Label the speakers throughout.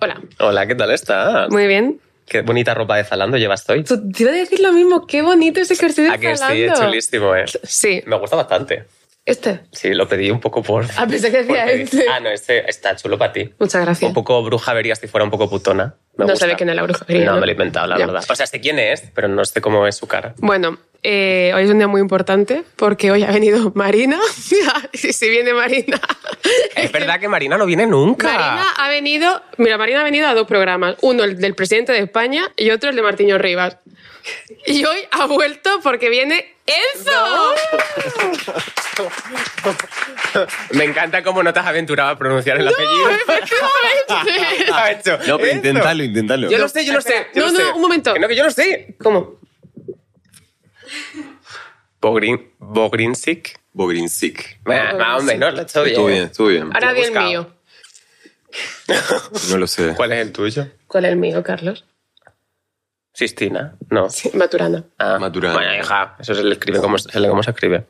Speaker 1: Hola.
Speaker 2: Hola, ¿qué tal estás?
Speaker 1: Muy bien.
Speaker 2: Qué bonita ropa de Zalando llevas hoy.
Speaker 1: Tú- Te iba a decir lo mismo. Qué bonito ese jersey de
Speaker 2: Ah, que
Speaker 1: Zalando.
Speaker 2: sí, chulísimo, ¿eh?
Speaker 1: Sí.
Speaker 2: Me gusta bastante.
Speaker 1: Este.
Speaker 2: Sí, lo pedí un poco por...
Speaker 1: Ah, pensé que
Speaker 2: por
Speaker 1: decía
Speaker 2: pedir.
Speaker 1: este.
Speaker 2: Ah, no, este está chulo para ti.
Speaker 1: Muchas gracias.
Speaker 2: Un poco bruja vería si fuera un poco putona. Me
Speaker 1: No
Speaker 2: gusta.
Speaker 1: sabe quién es la bruja vería,
Speaker 2: No,
Speaker 1: ¿no?
Speaker 2: me lo he inventado, la
Speaker 1: Ya.
Speaker 2: verdad. O sea, sé quién es, pero no sé cómo es su cara.
Speaker 1: Bueno, eh, hoy es un día muy importante porque hoy ha venido Marina. si, si viene Marina.
Speaker 2: Es verdad que Marina no viene nunca.
Speaker 1: Marina ha venido, mira, Marina ha venido a dos programas, uno el del presidente de España y otro el de Martiño Rivas. Y hoy ha vuelto porque viene Enzo.
Speaker 2: Me encanta cómo no te has aventurado a pronunciar el apellido.
Speaker 1: Efectivamente.
Speaker 2: Ha hecho
Speaker 3: No, pero
Speaker 2: eso.
Speaker 3: inténtalo, inténtalo.
Speaker 2: Yo lo sé, yo lo sé. yo
Speaker 1: No,
Speaker 2: lo
Speaker 1: no,
Speaker 2: sé.
Speaker 1: un momento.
Speaker 2: Que no, que yo lo sé.
Speaker 1: ¿Cómo?
Speaker 2: Bogrin, Bogrinsic.
Speaker 3: Bogrinsic.
Speaker 2: Bueno, más o menos, lo he hecho
Speaker 3: Estuvo bien,
Speaker 2: bien.
Speaker 3: estuvo bien.
Speaker 1: Ahora
Speaker 2: Lo he
Speaker 1: di el
Speaker 2: buscado.
Speaker 1: mío.
Speaker 3: No lo sé.
Speaker 2: ¿Cuál es el tuyo?
Speaker 1: ¿Cuál es el mío, Carlos?
Speaker 2: Sistina. No.
Speaker 1: Sí, Maturana.
Speaker 2: Ah,
Speaker 3: Maturana.
Speaker 2: Bueno, hija, eso se le escribe como se, lee como se escribe.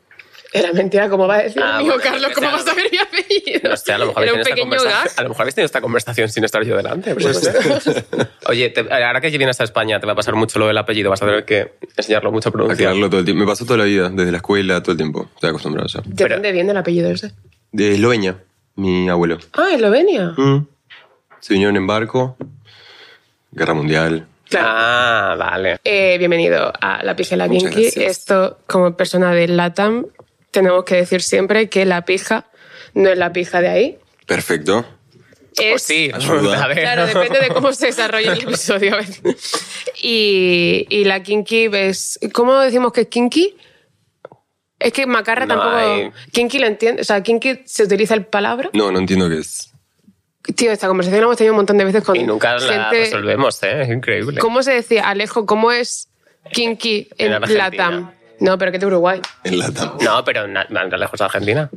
Speaker 1: Era mentira, ¿cómo va a decir
Speaker 2: Ah,
Speaker 1: el mío,
Speaker 2: bueno,
Speaker 1: Carlos? ¿Cómo
Speaker 2: o sea,
Speaker 1: vas a ver mi apellido?
Speaker 2: No sé, a lo mejor
Speaker 1: Era un
Speaker 2: habéis tenido
Speaker 1: pequeño
Speaker 2: esta
Speaker 1: gag.
Speaker 2: conversación- a lo mejor habéis tenido esta conversación sin estar yo delante. pues no sé. Oye, te- ahora que vienes a España te va a pasar mucho lo del apellido, vas a tener que enseñarlo mucho a pronunciar.
Speaker 3: Aclararlo todo el tiempo. Me pasó toda la vida, desde la escuela, todo el tiempo. Estoy acostumbrado ya.
Speaker 1: Depende bien del apellido ese.
Speaker 3: De Eslovenia, mi abuelo.
Speaker 1: Ah, Eslovenia.
Speaker 3: Mm. Se vinieron en barco, guerra mundial.
Speaker 1: Claro.
Speaker 2: Ah, vale.
Speaker 1: Eh, bienvenido a La Pija y la
Speaker 3: Muchas
Speaker 1: Kinky.
Speaker 3: gracias.
Speaker 1: Esto, como persona de LATAM, tenemos que decir siempre que la pija no es la pija de ahí.
Speaker 3: Perfecto.
Speaker 1: Es,
Speaker 2: Pues sí,
Speaker 3: Ayuda.
Speaker 2: a ver.
Speaker 1: Claro, depende de cómo se desarrolle el episodio. a veces. Y, y la Kinky ves... ¿Cómo decimos que es Kinky? Es que Macarra
Speaker 2: No
Speaker 1: tampoco...
Speaker 2: hay-
Speaker 1: Kinky lo entiende. O sea, Kinky se utiliza el palabra.
Speaker 3: No, no entiendo qué es.
Speaker 1: Tío, esta conversación la hemos tenido un montón de veces con
Speaker 2: Y nunca la
Speaker 1: gente-
Speaker 2: resolvemos, ¿eh? Es increíble.
Speaker 1: ¿Cómo se decía, Alejo, cómo es kinky en,
Speaker 2: En Argentina.
Speaker 1: Latam? No, pero que es de Uruguay.
Speaker 3: En Latam.
Speaker 2: No, pero na- van lejos de Argentina.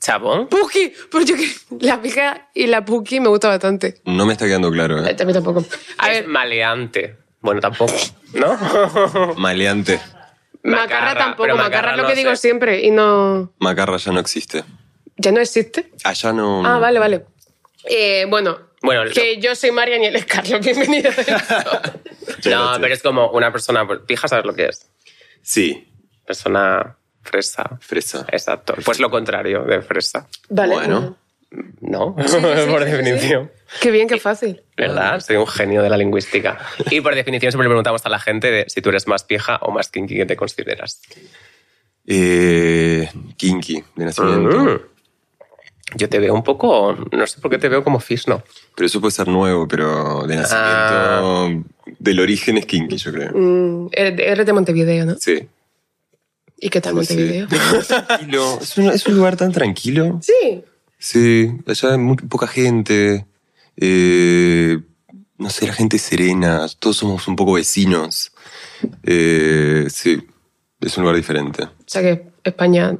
Speaker 2: ¿Chabón?
Speaker 1: Puki, pero yo que la pija y la puki me gusta bastante.
Speaker 3: No me está quedando claro.
Speaker 1: Eh,
Speaker 3: ¿eh?
Speaker 1: A mí tampoco. A
Speaker 2: Es
Speaker 1: ver,
Speaker 2: maleante. Bueno, tampoco, ¿no?
Speaker 3: Maleante.
Speaker 1: macarra,
Speaker 2: Macarra,
Speaker 1: tampoco.
Speaker 2: pero
Speaker 1: Macarra,
Speaker 2: macarra
Speaker 1: es lo
Speaker 2: no
Speaker 1: que
Speaker 2: sé.
Speaker 1: digo siempre y no.
Speaker 3: Macarra ya no existe.
Speaker 1: ¿Ya no existe?
Speaker 3: Allá no.
Speaker 1: Ah, vale, vale. Eh, bueno,
Speaker 2: Bueno,
Speaker 1: que yo soy Marian y él es Carlos. Bienvenido.
Speaker 2: No, pero es como una persona... Pija, ¿sabes lo que es?
Speaker 3: Sí,
Speaker 2: Persona fresa.
Speaker 3: fresa.
Speaker 2: Exacto. Pues lo contrario de fresa.
Speaker 1: Vale.
Speaker 3: Bueno.
Speaker 2: No,
Speaker 1: sí,
Speaker 2: por
Speaker 1: sí, sí,
Speaker 2: definición.
Speaker 1: Qué bien, qué fácil.
Speaker 2: ¿Verdad? Soy un genio de la lingüística. Y por definición siempre le preguntamos a la gente de si tú eres más pija o más kinky que te consideras.
Speaker 3: Eh, kinky, de nacimiento.
Speaker 2: Mm. Yo te veo un poco... No sé por qué te veo como fisno.
Speaker 3: Pero eso puede ser nuevo, pero de nacimiento.
Speaker 2: Ah.
Speaker 3: Del origen es kinky, yo creo.
Speaker 1: Mm, eres de- eres de Montevideo, ¿no?
Speaker 3: Sí.
Speaker 1: ¿Y qué tal
Speaker 3: Pues sí.
Speaker 1: Montevideo?
Speaker 3: Tranquilo. Es, un, es un lugar tan tranquilo.
Speaker 1: Sí.
Speaker 3: Sí, allá hay muy poca gente. eh, no sé, la gente es serena. Todos somos un poco vecinos. Eh, sí, es un lugar diferente.
Speaker 1: O sea que España.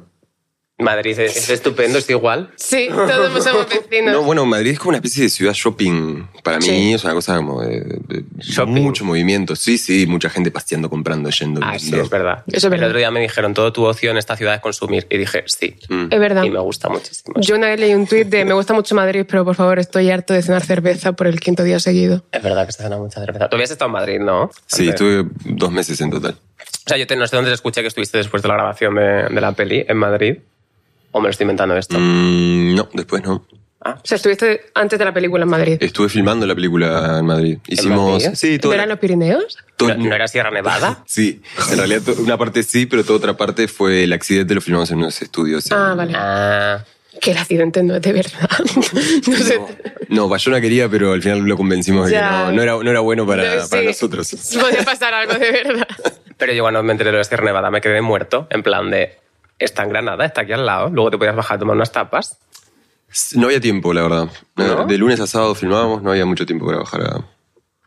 Speaker 2: Madrid es, es estupendo, es igual.
Speaker 1: Sí, todos somos vecinos.
Speaker 3: No, bueno, Madrid es como una especie de ciudad shopping. Para mí
Speaker 1: Sí.
Speaker 3: es una cosa como de, de
Speaker 2: Shopping.
Speaker 3: mucho movimiento. Sí, sí, mucha gente paseando, comprando, yendo.
Speaker 2: Ah, sí,
Speaker 3: viniendo.
Speaker 2: es verdad.
Speaker 1: Eso es
Speaker 2: El
Speaker 1: verdad.
Speaker 2: otro día me dijeron, todo tu ocio en esta ciudad es consumir. Y dije, sí.
Speaker 1: Es verdad.
Speaker 2: Y me gusta muchísimo.
Speaker 1: Yo una vez leí un tuit de me gusta mucho Madrid, pero por favor estoy harto de cenar cerveza por el quinto día seguido.
Speaker 2: Es verdad que se cena mucha cerveza. Tú habías estado en Madrid, ¿no? Antes.
Speaker 3: Sí, estuve dos meses en total.
Speaker 2: O sea, yo te- no sé dónde te escuché que estuviste después de la grabación de, de la peli en Madrid. O me lo estoy inventando esto.
Speaker 3: Mm, no, después no.
Speaker 2: Ah,
Speaker 1: O sea, estuviste antes de la película en Madrid.
Speaker 3: Estuve filmando la película en Madrid. Hicimos.
Speaker 2: Madrid?
Speaker 3: Sí, todo.
Speaker 1: ¿No eran los Pirineos?
Speaker 3: todo-
Speaker 2: ¿no, no era Sierra Nevada?
Speaker 3: Sí, en realidad to- una parte sí, pero toda otra parte fue el accidente, lo filmamos en unos estudios. en-
Speaker 1: Ah, vale.
Speaker 2: Ah,
Speaker 1: Que el accidente no es de verdad. no sé.
Speaker 3: No, no, Bayona quería, pero al final lo convencimos de que
Speaker 1: Ya.
Speaker 3: no, no era, no era bueno para,
Speaker 1: Sí.
Speaker 3: para nosotros.
Speaker 1: Podía pasar algo de verdad.
Speaker 2: pero yo cuando me enteré de lo de Sierra Nevada me quedé muerto. En plan de, está en Granada, está aquí al lado. Luego te podías bajar a tomar unas tapas.
Speaker 3: No había tiempo, la verdad.
Speaker 2: ¿No?
Speaker 3: De lunes a sábado filmábamos, no había mucho tiempo para bajar a...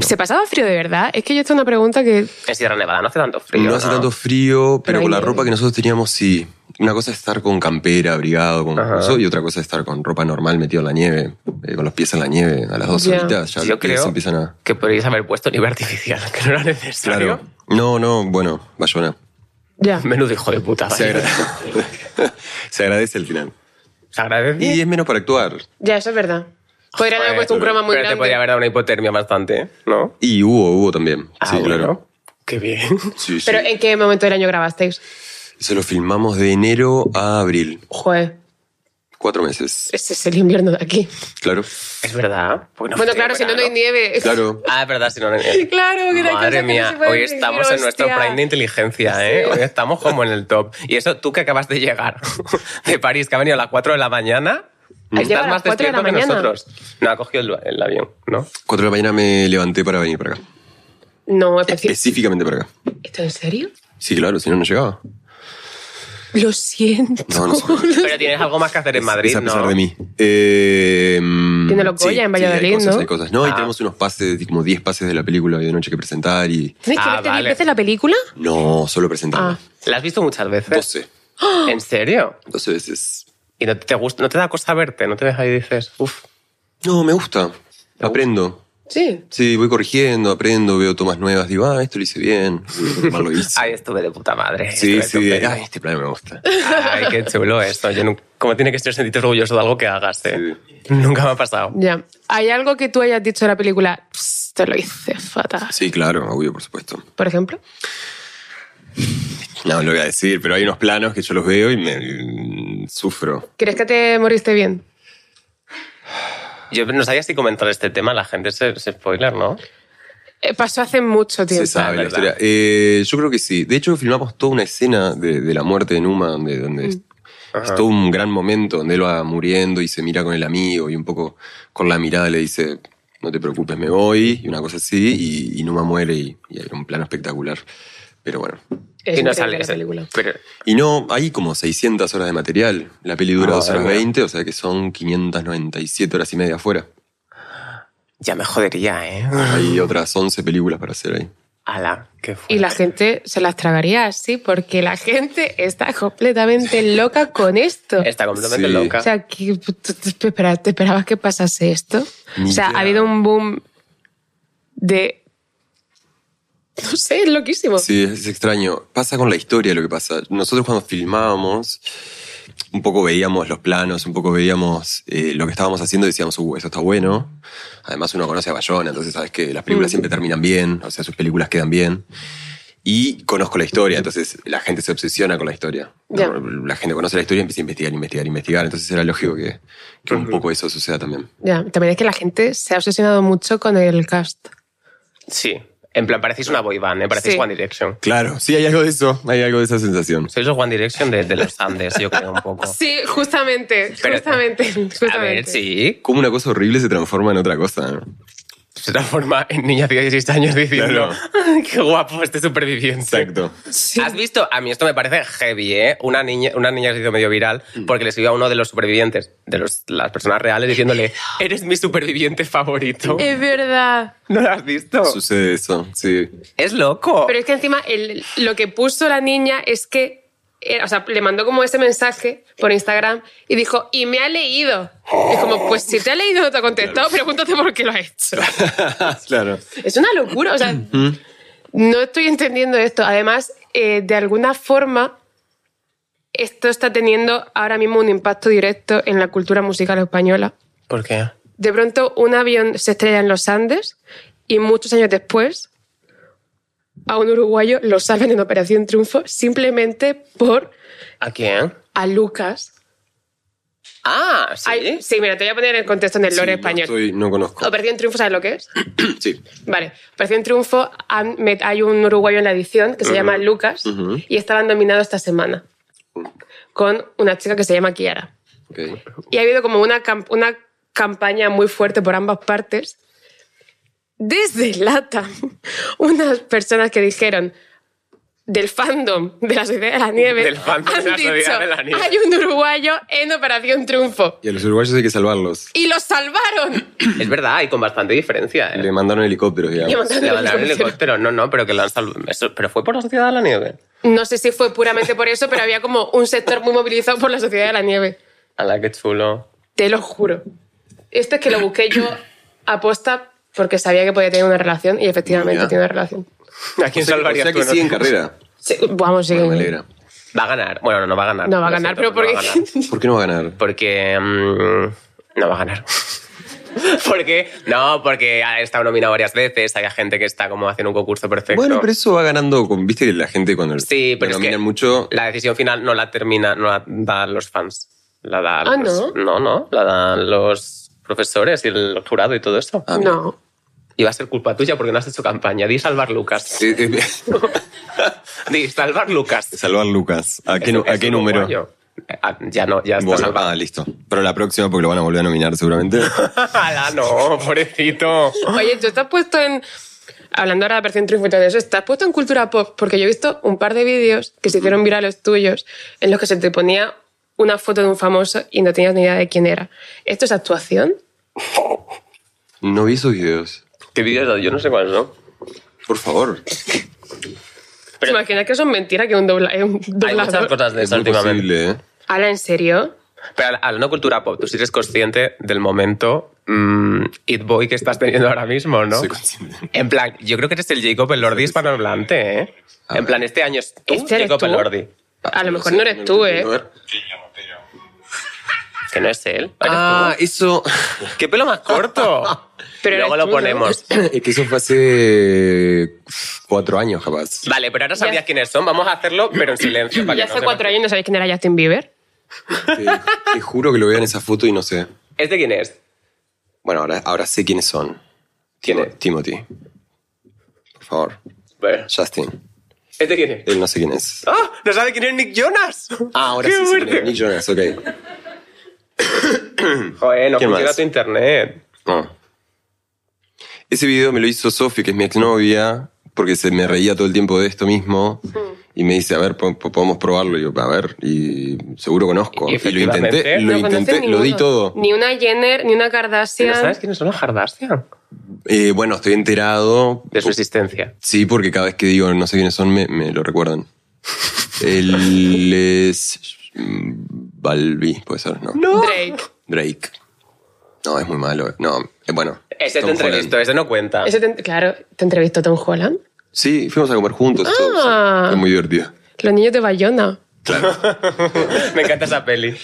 Speaker 1: ¿Se pasaba frío de verdad? Es que yo esto es una pregunta que...
Speaker 2: En Sierra Nevada no hace tanto frío.
Speaker 3: No hace tanto frío, pero
Speaker 1: hay
Speaker 3: con la
Speaker 1: nieve.
Speaker 3: ropa que nosotros teníamos, sí. Una cosa es estar con campera, abrigado, con
Speaker 2: Ajá.
Speaker 3: eso, y otra cosa es estar con ropa normal metido en la nieve, eh, con los pies en la nieve, a las dos
Speaker 1: Ya.
Speaker 3: horitas, ya
Speaker 2: Yo
Speaker 3: los pies
Speaker 2: creo
Speaker 3: empiezan a...
Speaker 2: que podríais haber puesto nieve artificial, que no era necesario.
Speaker 3: Claro. No, no, bueno, Bayona.
Speaker 1: Ya.
Speaker 2: Menudo hijo de puta.
Speaker 3: Se
Speaker 2: vaya.
Speaker 3: agradece. Se agradece al final.
Speaker 2: ¿Se agradece?
Speaker 3: Y es menos para actuar.
Speaker 1: Ya, eso es verdad. Podrían haber
Speaker 2: Joder,
Speaker 1: puesto un croma muy
Speaker 2: pero
Speaker 1: grande.
Speaker 2: Te podría haber dado una hipotermia bastante, ¿no?
Speaker 3: Y hubo, hubo también.
Speaker 2: Ah,
Speaker 3: sí,
Speaker 2: bueno. eh,
Speaker 3: claro.
Speaker 2: Qué bien.
Speaker 3: Sí, sí.
Speaker 1: Pero ¿en qué momento del año grabasteis?
Speaker 3: Eso lo filmamos de enero a abril.
Speaker 1: Joder,
Speaker 3: Cuatro meses.
Speaker 1: ese es el invierno de aquí.
Speaker 3: Claro.
Speaker 2: Es verdad. Porque no
Speaker 1: bueno,
Speaker 2: fue
Speaker 1: claro, si no, no hay
Speaker 2: verano.
Speaker 1: nieve.
Speaker 3: Claro.
Speaker 2: Ah, es verdad, si no, no hay nieve.
Speaker 1: Claro, que no hay cosa
Speaker 2: Madre
Speaker 1: que no
Speaker 2: mía,
Speaker 1: se puede
Speaker 2: hoy
Speaker 1: decir,
Speaker 2: estamos en nuestro
Speaker 1: hostia.
Speaker 2: prime de inteligencia, ¿eh? Hoy estamos como en el top. Y eso tú que acabas de llegar de París, que ha venido a las 4 de la mañana,
Speaker 1: Ha llegado
Speaker 2: estás
Speaker 1: Mm. a las
Speaker 2: más
Speaker 1: 4 de la
Speaker 2: despierto que
Speaker 1: mañana.
Speaker 2: nosotros. No, ha cogido el, el avión, ¿no?
Speaker 3: Cuatro de la mañana me levanté para venir para acá.
Speaker 1: No, es decir,
Speaker 3: Específicamente para acá.
Speaker 1: ¿esto en serio?
Speaker 3: Sí, claro, si no, no llegaba.
Speaker 1: Lo siento.
Speaker 3: No, no sé.
Speaker 2: Pero tienes algo más que hacer en Madrid,
Speaker 3: Es a pesar
Speaker 2: ¿no?
Speaker 3: de mí. Eh, mm,
Speaker 1: Tiene los
Speaker 3: sí,
Speaker 1: Goya en
Speaker 3: sí,
Speaker 1: Valladolid,
Speaker 3: hay cosas,
Speaker 1: ¿no?
Speaker 3: hay cosas. No, y
Speaker 2: Ah.
Speaker 3: tenemos unos pases, como 10 pases de la película de noche que presentar y...
Speaker 1: ¿Tienes que
Speaker 2: Ah,
Speaker 1: verte diez
Speaker 2: vale.
Speaker 1: veces la película?
Speaker 3: No, solo
Speaker 1: Ah.
Speaker 3: presentarla.
Speaker 2: ¿La has visto muchas veces?
Speaker 3: 12.
Speaker 2: ¿En serio?
Speaker 3: 12 veces.
Speaker 2: ¿Y no te, gusta, no te da cosa verte? ¿No te ves ahí y dices, uff,
Speaker 3: No, me gusta. Aprendo.
Speaker 1: Sí.
Speaker 3: Sí, voy corrigiendo, aprendo, veo tomas nuevas, digo, ah, esto lo hice bien, mal lo hice.
Speaker 2: ahí estuve de puta madre?
Speaker 3: sí,
Speaker 2: estuve
Speaker 3: sí,
Speaker 2: estupendo.
Speaker 3: ay, este plano me gusta.
Speaker 2: Ay, qué chulo esto. Yo nunca- como tiene que ser sentirte orgulloso de algo que hagas, ¿eh? Nunca me ha pasado.
Speaker 1: Ya. ¿Hay algo que tú hayas dicho de la película? "Pss, Te lo hice fatal.
Speaker 3: Sí, claro, obvio, por supuesto.
Speaker 1: Por ejemplo.
Speaker 3: No, lo voy a decir, pero hay unos planos que yo los veo y me mm, sufro.
Speaker 1: ¿Crees que te moriste bien?
Speaker 2: Yo no sabía si comentar este tema, la gente se, se spoiler, ¿no?
Speaker 1: Eh, pasó hace mucho tiempo.
Speaker 3: Se sabe la
Speaker 2: verdad.
Speaker 3: historia. Eh, yo creo que sí. De hecho, filmamos toda una escena de, de la muerte de Numa, donde, donde es, es todo un gran momento, donde él va muriendo y se mira con el amigo y un poco con la mirada le dice, no te preocupes, me voy, y una cosa así, y, y Numa muere y, y hay un plano espectacular. Pero bueno.
Speaker 1: Es
Speaker 2: y no
Speaker 1: increíble
Speaker 2: sale
Speaker 1: la
Speaker 2: ese-
Speaker 1: película.
Speaker 2: Pero,
Speaker 3: Y no, hay como 600 horas de material. La peli dura
Speaker 2: Ah,
Speaker 3: 2 horas
Speaker 2: bueno.
Speaker 3: 20, o sea que son 597 horas y media afuera.
Speaker 2: ya me jodería, ¿eh?
Speaker 3: Hay otras 11 películas para hacer ahí.
Speaker 2: Ala, qué fuerte.
Speaker 1: Y la gente se las tragaría así porque la gente está completamente loca con esto.
Speaker 2: Está completamente
Speaker 3: Sí.
Speaker 2: loca.
Speaker 1: O sea, que- ¿tú- tú- tú espera- ¿te esperabas que pasase esto?
Speaker 3: Ni
Speaker 1: o sea,
Speaker 3: idea.
Speaker 1: ha habido un boom de... No sé, es loquísimo.
Speaker 3: Sí, es extraño. Pasa con la historia lo que pasa. Nosotros cuando filmábamos, un poco veíamos los planos, un poco veíamos eh, lo que estábamos haciendo y decíamos, uh, eso está bueno. Además uno conoce a Bayona, entonces sabes que las películas siempre terminan bien, o sea, sus películas quedan bien. Y conozco la historia, entonces la gente se obsesiona con la historia.
Speaker 1: Ya.
Speaker 3: La gente conoce la historia y empieza a investigar, investigar, investigar. Entonces era lógico que, que un poco eso suceda también.
Speaker 1: Ya, también es que la gente se ha obsesionado mucho con el cast.
Speaker 2: Sí. En plan, parecéis una boy band, ¿eh? Parecéis
Speaker 1: Sí.
Speaker 2: One Direction.
Speaker 3: Claro, sí, hay algo de eso, hay algo de esa sensación.
Speaker 2: Sois los One Direction de, de los Andes, yo creo, un poco.
Speaker 1: Sí, justamente,
Speaker 2: Oh. Pero-
Speaker 1: justamente,
Speaker 2: A ver,
Speaker 1: justamente.
Speaker 2: sí.
Speaker 3: Como una cosa horrible se transforma en otra cosa. ¿no?
Speaker 2: Se transforma en niña de 16 años diciendo
Speaker 3: Claro.
Speaker 2: "Ay, ¡Qué guapo este superviviente!
Speaker 3: Exacto.
Speaker 1: Sí.
Speaker 2: ¿Has visto? A mí esto me parece heavy, ¿eh? Una niña, una niña se hizo medio viral porque le escribió a uno de los supervivientes, de los- las personas reales, diciéndole, eres mi superviviente favorito.
Speaker 1: Es verdad.
Speaker 2: ¿No lo has visto?
Speaker 3: Sucede eso, sí.
Speaker 2: Es loco.
Speaker 1: Pero es que encima el- lo que puso la niña es que, eh, o sea, le mandó como ese mensaje por Instagram y dijo, y me ha leído. Y es como, pues si te ha leído no te ha contestado, pregúntate por qué lo ha hecho.
Speaker 3: claro.
Speaker 1: Es una locura, o sea, no estoy entendiendo esto. Además, eh, de alguna forma, esto está teniendo ahora mismo un impacto directo en la cultura musical española.
Speaker 2: ¿Por qué?
Speaker 1: De pronto un avión se estrella en los Andes y muchos años después a un uruguayo lo salvan en Operación Triunfo simplemente por
Speaker 2: ¿A quién?
Speaker 1: a Lucas.
Speaker 2: Ah, sí.
Speaker 1: Ay, sí, mira, te voy a poner en contexto en el lore
Speaker 3: Sí,
Speaker 1: español.
Speaker 3: No, estoy- no conozco.
Speaker 2: Oh,
Speaker 1: Operación Triunfo, ¿sabes lo que es?
Speaker 3: Sí.
Speaker 1: Vale, Operación Triunfo, han- me- hay un uruguayo en la edición que se llama Lucas
Speaker 3: Ujú.
Speaker 1: y estaban nominados esta semana con una chica que se llama Kiara.
Speaker 3: Ok.
Speaker 1: Y ha habido como una, cam- una campaña muy fuerte por ambas partes. Desde Lata, unas personas que dijeron del fandom de la Sociedad de la Nieve
Speaker 2: Del fandom
Speaker 1: han
Speaker 2: de la
Speaker 1: dicho,
Speaker 2: Sociedad de la Nieve.
Speaker 1: hay un uruguayo en Operación Triunfo.
Speaker 3: Y a los uruguayos hay que salvarlos.
Speaker 1: Y los salvaron.
Speaker 2: Es verdad, y con bastante diferencia. ¿eh?
Speaker 3: Le mandaron helicópteros,
Speaker 1: Le
Speaker 3: digamos.
Speaker 1: mandaron
Speaker 2: Le mandaron el
Speaker 1: helicóptero.
Speaker 2: helicóptero. No, no, pero que lo han salvado. Eso- Pero fue por la Sociedad de la Nieve.
Speaker 1: No sé si fue puramente por eso, pero había como un sector muy movilizado por la Sociedad de la Nieve.
Speaker 2: Ala, qué chulo.
Speaker 1: Te lo juro. Esto es que lo busqué yo aposta porque sabía que podía tener una relación y efectivamente
Speaker 3: Mira.
Speaker 1: tiene una relación.
Speaker 2: ¿A quién
Speaker 3: O sea-
Speaker 2: salvarías
Speaker 3: o sea
Speaker 2: tú
Speaker 3: que
Speaker 2: no?
Speaker 3: sigue en carrera.
Speaker 1: Sí, vamos, sí.
Speaker 3: Bueno, me alegra.
Speaker 2: Va a ganar. Bueno, no, no va a ganar.
Speaker 1: No va a
Speaker 2: Lo
Speaker 1: ganar,
Speaker 2: siento,
Speaker 1: pero
Speaker 2: no va a
Speaker 1: porque...
Speaker 2: ganar.
Speaker 3: ¿Por qué no va a ganar?
Speaker 2: Porque. mm, no va a ganar. porque, no, porque ha estado nominado varias veces, hay gente que está como haciendo un concurso perfecto.
Speaker 3: Bueno, pero eso va ganando. Con, Viste que la gente cuando
Speaker 2: Sí, pero
Speaker 3: lo
Speaker 2: es que-
Speaker 3: nominan mucho.
Speaker 2: La decisión final no la termina, no la dan los fans. La dan
Speaker 1: Ah,
Speaker 2: los- no? No, la dan los profesores y el jurado y todo eso.
Speaker 3: Ah, mira.
Speaker 1: no.
Speaker 2: Y va a ser culpa tuya porque no has hecho campaña. Di salvar Lucas.
Speaker 3: Eh, eh,
Speaker 2: Di salvar Lucas.
Speaker 3: salvar Lucas. ¿A qué, nu-
Speaker 2: Es-
Speaker 3: a
Speaker 2: es
Speaker 3: qué número?
Speaker 2: uruguayo. Ah, Ya no, ya está
Speaker 3: Bueno,
Speaker 2: salvado.
Speaker 3: ah, listo. Pero la próxima, porque lo van a volver a nominar seguramente.
Speaker 2: Ala, no, pobrecito.
Speaker 1: Oye, tú estás puesto en. Hablando ahora de versión triunfo y todo eso, estás puesto en cultura pop, porque yo he visto un par de vídeos que se hicieron virales tuyos en los que se te ponía una foto de un famoso y no tenías ni idea de quién era. ¿Esto es actuación?
Speaker 3: No vi esos videos.
Speaker 2: ¿Qué vídeos? Yo no sé cuáles son.
Speaker 3: Por favor.
Speaker 1: ¿Te imaginas que son mentiras que un, dobla, eh, un
Speaker 2: Hay muchas
Speaker 1: doblador?
Speaker 2: cosas de
Speaker 3: Es
Speaker 2: eso
Speaker 3: muy
Speaker 2: últimamente.
Speaker 3: posible, ¿eh?
Speaker 1: Ahora, ¿en serio?
Speaker 2: Pero a la no cultura pop, tú sí eres consciente del momento mm, It Boy que estás teniendo ahora mismo, ¿no?
Speaker 3: Soy consciente.
Speaker 2: En plan, yo creo que eres el Jacob Elordi hispanohablante, ¿eh?
Speaker 3: A
Speaker 2: en
Speaker 3: ver.
Speaker 2: plan, este año es tú,
Speaker 1: ¿Este eres
Speaker 2: Jacob
Speaker 1: tú?
Speaker 2: Elordi.
Speaker 1: A lo
Speaker 3: Ah, No
Speaker 1: mejor
Speaker 3: sé,
Speaker 1: no eres
Speaker 3: lo
Speaker 1: tú, ¿eh?
Speaker 3: entiendo. A ver.
Speaker 2: Que no es él. eres
Speaker 3: Ah, eso.
Speaker 2: tú. ¡Qué pelo más corto!
Speaker 1: Pero
Speaker 2: Luego
Speaker 1: eres
Speaker 2: lo
Speaker 1: tú, ¿no?
Speaker 2: ponemos.
Speaker 3: Es que eso fue hace cuatro años, capaz.
Speaker 2: Vale, pero ahora sabrías quiénes son. Vamos a hacerlo, pero en silencio. para
Speaker 1: Y
Speaker 2: que no
Speaker 1: hace
Speaker 2: sepa.
Speaker 1: cuatro años no sabéis quién era Justin Bieber.
Speaker 3: Te, te juro que lo veo en esa foto y no sé.
Speaker 2: ¿Este quién es?
Speaker 3: Bueno, ahora, ahora sé quiénes son.
Speaker 2: ¿Quién es?
Speaker 3: Timothy. Por favor.
Speaker 2: Bueno,
Speaker 3: Justin.
Speaker 2: Pues, ¿Este quién es?
Speaker 3: Él no sé quién es.
Speaker 2: ¡Ah! ¡No sabe quién es Nick Jonas!
Speaker 3: Ah, ahora
Speaker 2: ¡Qué
Speaker 3: sí sé quién
Speaker 2: fuerte!
Speaker 3: es. Nick Jonas, ok.
Speaker 2: Joder, no
Speaker 3: ¿Quién
Speaker 2: funciona
Speaker 3: más?
Speaker 2: tu internet.
Speaker 3: No. Ese video me lo hizo Sofi, que es mi exnovia, porque se me reía todo el tiempo de esto mismo. Y me dice, a ver, po- po- podemos probarlo. Y yo, a ver, y seguro conozco.
Speaker 2: Y
Speaker 3: Y, lo intenté,
Speaker 2: efectivamente,
Speaker 3: lo
Speaker 1: No conoces
Speaker 3: intenté, lo di
Speaker 1: ninguno.
Speaker 3: todo.
Speaker 1: Ni una Jenner, ni una
Speaker 2: ¿No
Speaker 1: Kardashian.
Speaker 2: sabes quiénes son los Kardashian?
Speaker 3: Eh, bueno, estoy enterado.
Speaker 2: De su
Speaker 3: Po-
Speaker 2: existencia.
Speaker 3: Sí, porque cada vez que digo no sé quiénes son, me, me lo recuerdan. Él es. mm, Balbi, puede ser, no.
Speaker 1: Drake.
Speaker 3: Drake. No, es muy malo. No, eh, bueno.
Speaker 2: Ese te
Speaker 3: Tom
Speaker 2: entrevistó,
Speaker 3: Holland.
Speaker 2: ese no cuenta.
Speaker 1: Eso te- claro, te entrevistó Tom Holland.
Speaker 3: Sí, fuimos a comer juntos. todo, sí.
Speaker 1: Ah.
Speaker 3: Fue muy divertido.
Speaker 1: Los niños de Bayona.
Speaker 2: Me encanta esa peli.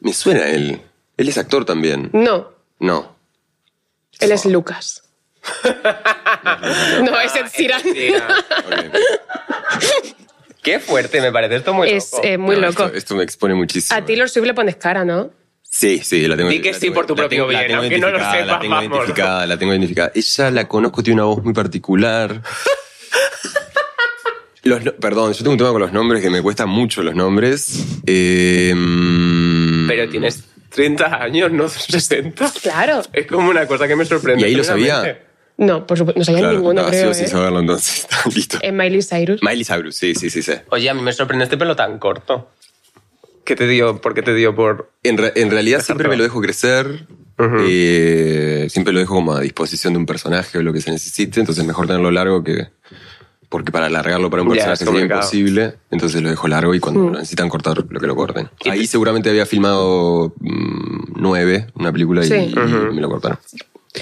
Speaker 3: Me suena él. Él es actor también.
Speaker 1: No,
Speaker 3: No.
Speaker 1: él es Lucas. no, es Ed Sheeran.
Speaker 2: Mira,
Speaker 3: Ok.
Speaker 2: Qué fuerte, me parece esto muy
Speaker 1: Es
Speaker 2: loco.
Speaker 1: eh, muy
Speaker 3: No,
Speaker 1: loco.
Speaker 3: Esto, esto me expone muchísimo.
Speaker 1: A ti los Swift le pones cara, ¿no?
Speaker 3: Sí, sí, la tengo
Speaker 2: Di que
Speaker 3: la
Speaker 2: sí
Speaker 3: tengo-
Speaker 2: por tu
Speaker 3: la
Speaker 2: propio
Speaker 3: tengo- la
Speaker 2: bien,
Speaker 3: tengo
Speaker 2: aunque no lo
Speaker 3: identificada,
Speaker 2: sepas,
Speaker 3: La tengo
Speaker 2: vamos.
Speaker 3: identificada, la tengo identificada. Ella la conozco, tiene una voz muy particular. Los no- perdón, yo tengo un tema con los nombres que me cuestan mucho los nombres. Eh, mm,
Speaker 2: Pero tienes 30 años, no 60.
Speaker 1: Claro.
Speaker 2: Es como una cosa que me sorprende.
Speaker 3: ¿Y ahí lo
Speaker 2: tremendamente.
Speaker 1: No, por supuesto, no sabía
Speaker 3: claro,
Speaker 1: ninguno,
Speaker 3: ah,
Speaker 1: creo.
Speaker 3: sigo sin
Speaker 1: ¿eh?
Speaker 3: saberlo entonces. Listo.
Speaker 1: Es Miley Cyrus.
Speaker 3: Miley Cyrus, sí, sí, sí, sí.
Speaker 2: Oye, a mí me sorprende este pelo tan corto. ¿Qué te dio? ¿Por qué te dio por...?
Speaker 3: En, re- en realidad siempre me lo dejo crecer. eh, siempre lo dejo como a disposición de un personaje o lo que se necesite. Entonces mejor tenerlo largo que. Porque para alargarlo para un
Speaker 2: Ya,
Speaker 3: personaje
Speaker 2: es
Speaker 3: sería
Speaker 2: complicado.
Speaker 3: imposible. Entonces lo dejo largo y cuando lo necesitan cortar, lo que lo corten. Ahí seguramente había filmado mm, nueve, una película, y-
Speaker 1: Sí.
Speaker 3: y, me lo cortaron.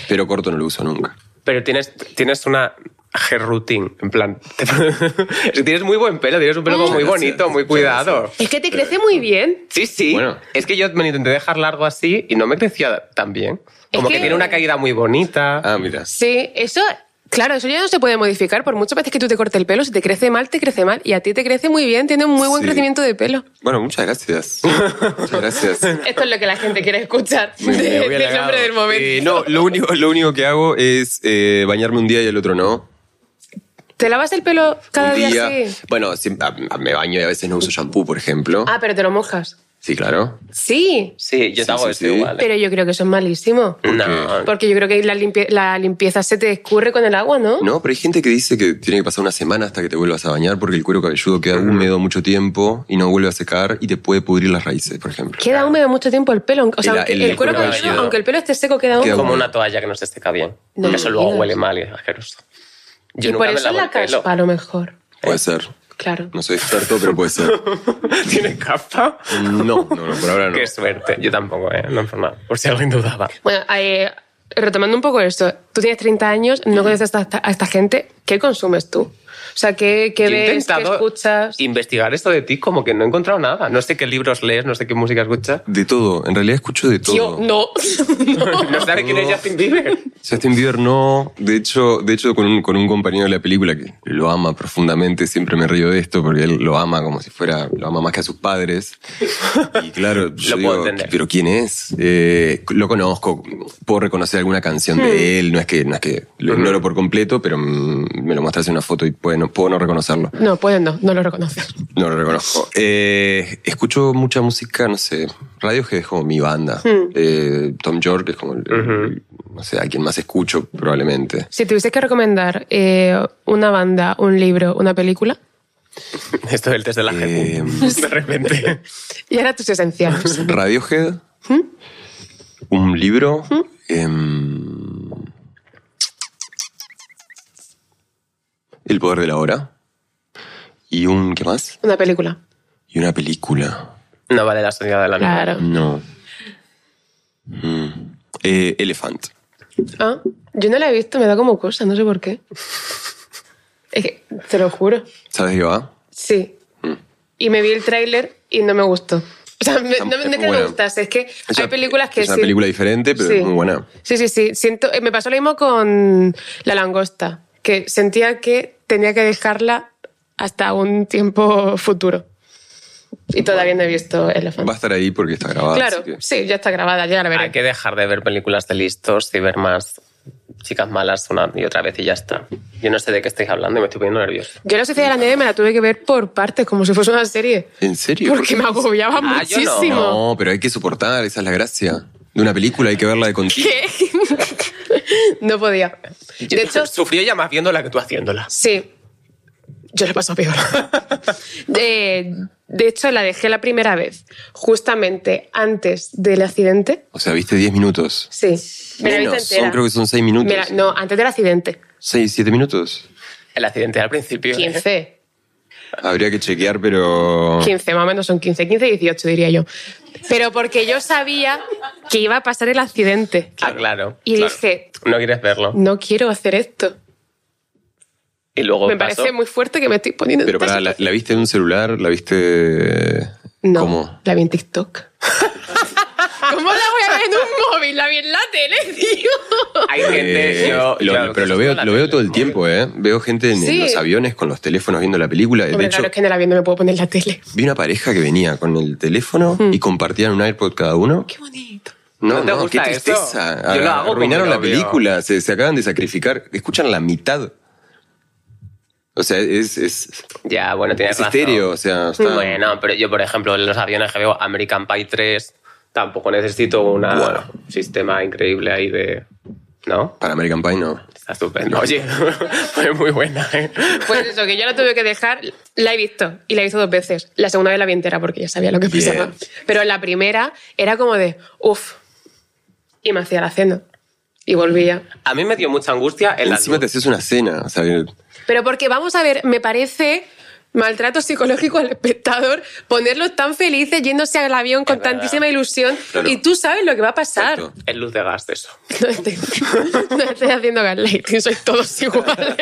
Speaker 3: Pero corto no lo uso nunca.
Speaker 2: Pero tienes, tienes una hair routine, en plan... es que tienes muy buen pelo, tienes un pelo
Speaker 1: Mm.
Speaker 2: como muy
Speaker 3: Gracias,
Speaker 2: bonito, muy
Speaker 3: muchas
Speaker 2: cuidado.
Speaker 1: Es que te crece muy bien.
Speaker 2: Sí, sí.
Speaker 3: Bueno.
Speaker 2: Es que yo me lo intenté dejar largo así y no me crecía tan bien.
Speaker 1: Es
Speaker 2: Como que...
Speaker 1: que-
Speaker 2: tiene una caída muy bonita.
Speaker 3: Ah, mira.
Speaker 1: Sí, eso. Claro, eso ya no se puede modificar. Por muchas veces que tú te cortes el pelo, si te crece mal, te crece mal. Y a ti te crece muy bien, tiene un muy buen
Speaker 3: Sí.
Speaker 1: crecimiento de pelo.
Speaker 3: Bueno, muchas gracias. muchas gracias.
Speaker 1: Esto es lo que la gente quiere escuchar
Speaker 3: Me- me
Speaker 1: de-
Speaker 3: voy
Speaker 1: del
Speaker 3: halagado.
Speaker 1: nombre del momento.
Speaker 3: Eh, no, lo único, lo único que hago es eh, bañarme un día y el otro no.
Speaker 1: ¿Te lavas el pelo cada
Speaker 3: un
Speaker 1: día,
Speaker 3: día.
Speaker 1: así?
Speaker 3: Bueno, sí, a- a- me baño y a veces no uso shampoo, por ejemplo.
Speaker 1: Ah, pero te lo mojas.
Speaker 3: Sí, claro.
Speaker 1: Sí,
Speaker 2: Sí, yo
Speaker 3: Sí,
Speaker 2: te hago
Speaker 3: sí,
Speaker 2: esto
Speaker 3: sí.
Speaker 2: igual. ¿eh?
Speaker 1: pero yo creo que eso es malísimo.
Speaker 2: No.
Speaker 1: Porque yo creo que la, limpie- la limpieza se te escurre con el agua, ¿no?
Speaker 3: No, pero hay gente que dice que tiene que pasar una semana hasta que te vuelvas a bañar porque el cuero cabelludo queda húmedo mucho tiempo y no vuelve a secar y te puede pudrir las raíces, por ejemplo.
Speaker 1: Queda húmedo mucho tiempo el pelo. O sea,
Speaker 3: El-
Speaker 1: aunque el,
Speaker 3: el- el
Speaker 1: cuero
Speaker 3: cuero
Speaker 1: cabelludo,
Speaker 3: cabelludo.
Speaker 1: aunque el pelo esté seco, queda húmedo.
Speaker 3: Queda
Speaker 2: Como
Speaker 3: bueno.
Speaker 2: una toalla que no se seca bien.
Speaker 1: No
Speaker 2: eso luego
Speaker 1: digas.
Speaker 2: huele mal y es asqueroso. Yo
Speaker 1: y
Speaker 2: nunca
Speaker 1: por
Speaker 2: me
Speaker 1: eso
Speaker 2: lavo
Speaker 1: la
Speaker 2: el pelo.
Speaker 1: caspa, a lo mejor.
Speaker 3: Puede ser.
Speaker 1: Claro.
Speaker 3: No soy experto, pero puede ser.
Speaker 2: ¿Tiene capa?
Speaker 3: No, no, no, por ahora no.
Speaker 2: Qué suerte. Yo tampoco, ¿eh? No informal. Por si alguien dudaba.
Speaker 1: Bueno, eh, retomando un poco esto, tú tienes 30 años, no conoces a esta, a esta gente, ¿qué consumes tú? O sea, ¿qué, qué
Speaker 2: Yo he
Speaker 1: ves? ¿Qué
Speaker 2: intentado
Speaker 1: escuchas?
Speaker 2: Investigar esto de ti, como que no he encontrado nada. No sé qué libros lees, no sé qué música escuchas.
Speaker 3: De todo, en realidad escucho de todo.
Speaker 1: Yo, no.
Speaker 2: No sabe quién es Justin Bieber.
Speaker 3: Justin Bieber no, de hecho, de hecho con, un, con un compañero de la película que lo ama profundamente, siempre me río de esto porque él lo ama como si fuera, lo ama más que a sus padres. Y claro, yo
Speaker 2: Lo puedo
Speaker 3: digo,
Speaker 2: entender.
Speaker 3: pero ¿quién es? Eh, lo conozco, puedo reconocer alguna canción
Speaker 2: Hmm.
Speaker 3: de él, no es que, no es que lo ignoro por completo, pero mm, me lo mostraste en una foto y puedo no, puedo no reconocerlo.
Speaker 1: No, pueden no, no lo reconoces.
Speaker 3: No lo reconozco. Eh, escucho mucha música, no sé, radio que es como mi banda.
Speaker 2: Hmm.
Speaker 3: Eh, Tom York es como, el- no sé, a quien más escucho probablemente.
Speaker 1: Si tuviese que recomendar eh, una banda, un libro, una película,
Speaker 2: Esto del test de la
Speaker 3: Eh,
Speaker 2: gente. De repente.
Speaker 1: y ahora tus esenciales.
Speaker 3: Radiohead,
Speaker 1: ¿Mm?
Speaker 3: un libro, em, El poder de la hora y un ¿qué más?
Speaker 1: Una película.
Speaker 3: Y una película.
Speaker 2: No vale la sociedad de la nieve.
Speaker 1: Claro.
Speaker 3: No. Mm. Eh, Elephant.
Speaker 1: Ah, yo no la he visto, me da como cosa, no sé por qué. Es que, te lo juro.
Speaker 3: ¿Sabes qué va?
Speaker 1: Sí.
Speaker 3: Mm.
Speaker 1: Y me vi el tráiler y no me gustó. O sea, me- no, no
Speaker 3: es
Speaker 1: es
Speaker 3: muy
Speaker 1: que no me
Speaker 3: buena.
Speaker 1: gustase, es que
Speaker 3: Es
Speaker 1: hay
Speaker 3: una-
Speaker 1: películas que
Speaker 3: es una
Speaker 1: sí-
Speaker 3: película diferente, pero
Speaker 1: Sí.
Speaker 3: es muy buena.
Speaker 1: Sí, sí, sí. Siento, eh, me pasó lo mismo con La Langosta, que sentía que tenía que dejarla hasta un tiempo futuro. Y todavía no he visto Elephant.
Speaker 3: Va a estar ahí porque está grabada.
Speaker 1: Claro,
Speaker 3: así que-
Speaker 1: sí, ya está grabada, ya la
Speaker 2: Hay
Speaker 1: veré.
Speaker 2: que dejar de ver películas de listos y ver más chicas malas una y otra vez y ya está. Yo no sé de qué estáis hablando y me estoy poniendo nervioso.
Speaker 1: Yo la Sociedad de la Nieve me la tuve que ver por partes, como si fuese una serie.
Speaker 3: ¿En serio?
Speaker 1: Porque me agobiaba
Speaker 2: Ah, yo no.
Speaker 1: muchísimo.
Speaker 3: No, pero hay que soportar, esa es la gracia. De una película hay que verla de continuo.
Speaker 1: No podía. De hecho,
Speaker 2: sufrió ya más viéndola que tú haciéndola.
Speaker 1: sí. Yo le paso peor. De, de hecho, la dejé la primera vez, justamente antes del accidente.
Speaker 3: O sea, viste 10 minutos.
Speaker 1: Sí. Me la vi
Speaker 3: Menos,
Speaker 1: entera.
Speaker 3: son, creo que son 6 minutos.
Speaker 1: Me la- no, antes del accidente.
Speaker 3: 6, 7 minutos.
Speaker 2: El accidente al principio. ¿eh?
Speaker 1: 15.
Speaker 3: Habría que chequear, pero.
Speaker 1: 15, más o menos son 15. 15 y 18, diría yo. Pero porque yo sabía que iba a pasar el accidente.
Speaker 2: Ah, claro.
Speaker 1: Y
Speaker 2: claro.
Speaker 1: dije,
Speaker 2: No quieres verlo.
Speaker 1: no quiero hacer esto.
Speaker 2: Y luego
Speaker 1: Me
Speaker 2: pasó.
Speaker 1: parece muy fuerte que me estoy poniendo. en
Speaker 3: Pero
Speaker 1: esta
Speaker 3: pará, ¿la, la viste en un celular? ¿La viste.
Speaker 1: No,
Speaker 3: ¿Cómo?
Speaker 1: la vi en TikTok. ¿Cómo la voy a ver en un móvil? La vi en la tele, tío.
Speaker 2: Hay gente.
Speaker 3: Eh,
Speaker 2: yo-
Speaker 3: lo-
Speaker 2: yo-
Speaker 3: pero lo
Speaker 2: yo
Speaker 3: veo,
Speaker 2: la
Speaker 3: lo veo
Speaker 2: tele.
Speaker 3: todo el tiempo, ¿eh? Veo gente en, en
Speaker 1: Sí.
Speaker 3: los aviones con los teléfonos viendo la película. De
Speaker 1: Hombre,
Speaker 3: hecho,
Speaker 1: claro, es que en el avión no me puedo poner la tele.
Speaker 3: vi una pareja que venía con el teléfono
Speaker 1: Hmm.
Speaker 3: y compartían un iPod cada uno.
Speaker 1: Qué bonito.
Speaker 3: No,
Speaker 2: ¿No te
Speaker 3: no,
Speaker 2: gusta
Speaker 3: qué
Speaker 2: eso?
Speaker 3: tristeza.
Speaker 2: Yo lo hago con
Speaker 3: Arruinaron
Speaker 2: mi
Speaker 3: la
Speaker 2: novio.
Speaker 3: película, se, se acaban de sacrificar. Escuchan la mitad. O sea, es, es,
Speaker 2: Ya, bueno, tienes
Speaker 3: es
Speaker 2: razón.
Speaker 3: estéreo, o sea, está-
Speaker 2: Bueno, pero yo, por ejemplo, en los aviones que veo American Pie 3, tampoco necesito un
Speaker 3: Bueno.
Speaker 2: sistema increíble ahí de. ¿No?
Speaker 3: para American Pie no.
Speaker 2: Está estupendo. Oye, fue muy buena, ¿eh?
Speaker 1: Pues eso, que yo la tuve que dejar. La he visto y la he visto dos veces. La segunda vez la vi entera porque ya sabía lo que
Speaker 3: Bien.
Speaker 1: pasaba. Pero la primera era como de uff. Y me hacía la cena. Y volvía.
Speaker 2: A mí me dio mucha angustia en la
Speaker 3: Encima te
Speaker 2: luz.
Speaker 3: haces una cena, o sea, que-
Speaker 1: Pero porque, vamos a ver, me parece maltrato psicológico al espectador ponerlos tan felices yéndose al avión con
Speaker 2: verdad.
Speaker 1: tantísima ilusión
Speaker 3: Claro.
Speaker 1: y tú sabes lo que va a pasar.
Speaker 3: Exacto.
Speaker 2: Es luz de gas, eso.
Speaker 1: No estoy, no estoy haciendo gaslighting, sois todos iguales.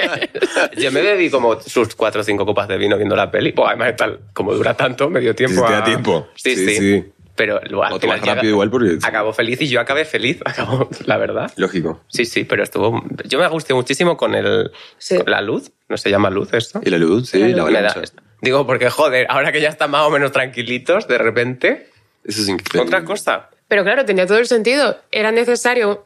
Speaker 2: Yo me bebí como sus cuatro o cinco copas de vino viendo la peli. Pues además, tal, como dura tanto, me dio tiempo.
Speaker 3: Sí, te
Speaker 2: a-
Speaker 3: da tiempo.
Speaker 2: Sí, sí.
Speaker 3: Sí, sí.
Speaker 2: Pero lo al
Speaker 3: O tomas
Speaker 2: final llega-
Speaker 3: rápido igual porque-
Speaker 2: Acabó feliz y yo acabé feliz, acabó, la verdad.
Speaker 3: lógico.
Speaker 2: Sí, sí, pero estuvo. Yo me agusté muchísimo con el.
Speaker 1: Sí.
Speaker 2: con la luz. ¿No se llama luz esto?
Speaker 3: Y la luz, sí,
Speaker 1: La
Speaker 3: la,
Speaker 1: luz.
Speaker 2: Me da-
Speaker 3: avalancha.
Speaker 2: Digo, porque joder, ahora que ya están más o menos tranquilitos, de repente.
Speaker 3: Eso es increíble.
Speaker 2: Otra cosa.
Speaker 1: Pero claro, tenía todo el sentido. Era necesario,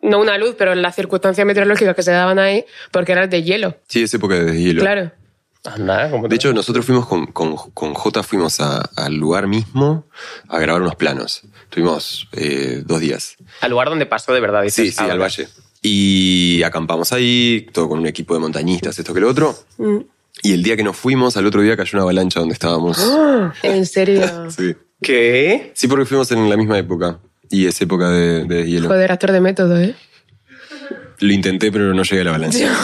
Speaker 1: no una luz, pero las circunstancias meteorológicas que se daban ahí, porque era de hielo.
Speaker 3: Sí, es época de deshielo.
Speaker 1: Claro.
Speaker 2: Anda, como
Speaker 3: De hecho, nosotros fuimos con, con, con Jota, fuimos a- al lugar mismo a grabar unos planos. Tuvimos eh, dos días.
Speaker 2: Al lugar donde pasó de verdad. dices,
Speaker 3: Sí, sí,
Speaker 2: ah,
Speaker 3: al
Speaker 2: vale.
Speaker 3: valle. Y acampamos ahí, todo con un equipo de montañistas, esto que lo otro.
Speaker 1: Mm.
Speaker 3: Y el día que nos fuimos, al otro día cayó una avalancha donde estábamos.
Speaker 1: En serio.
Speaker 3: Sí.
Speaker 2: ¿Qué?
Speaker 3: Sí, porque fuimos en la misma época. Y es época de, de deshielo.
Speaker 1: Joder, actor de método, ¿eh?
Speaker 3: Lo intenté, pero no llegué a la avalancha.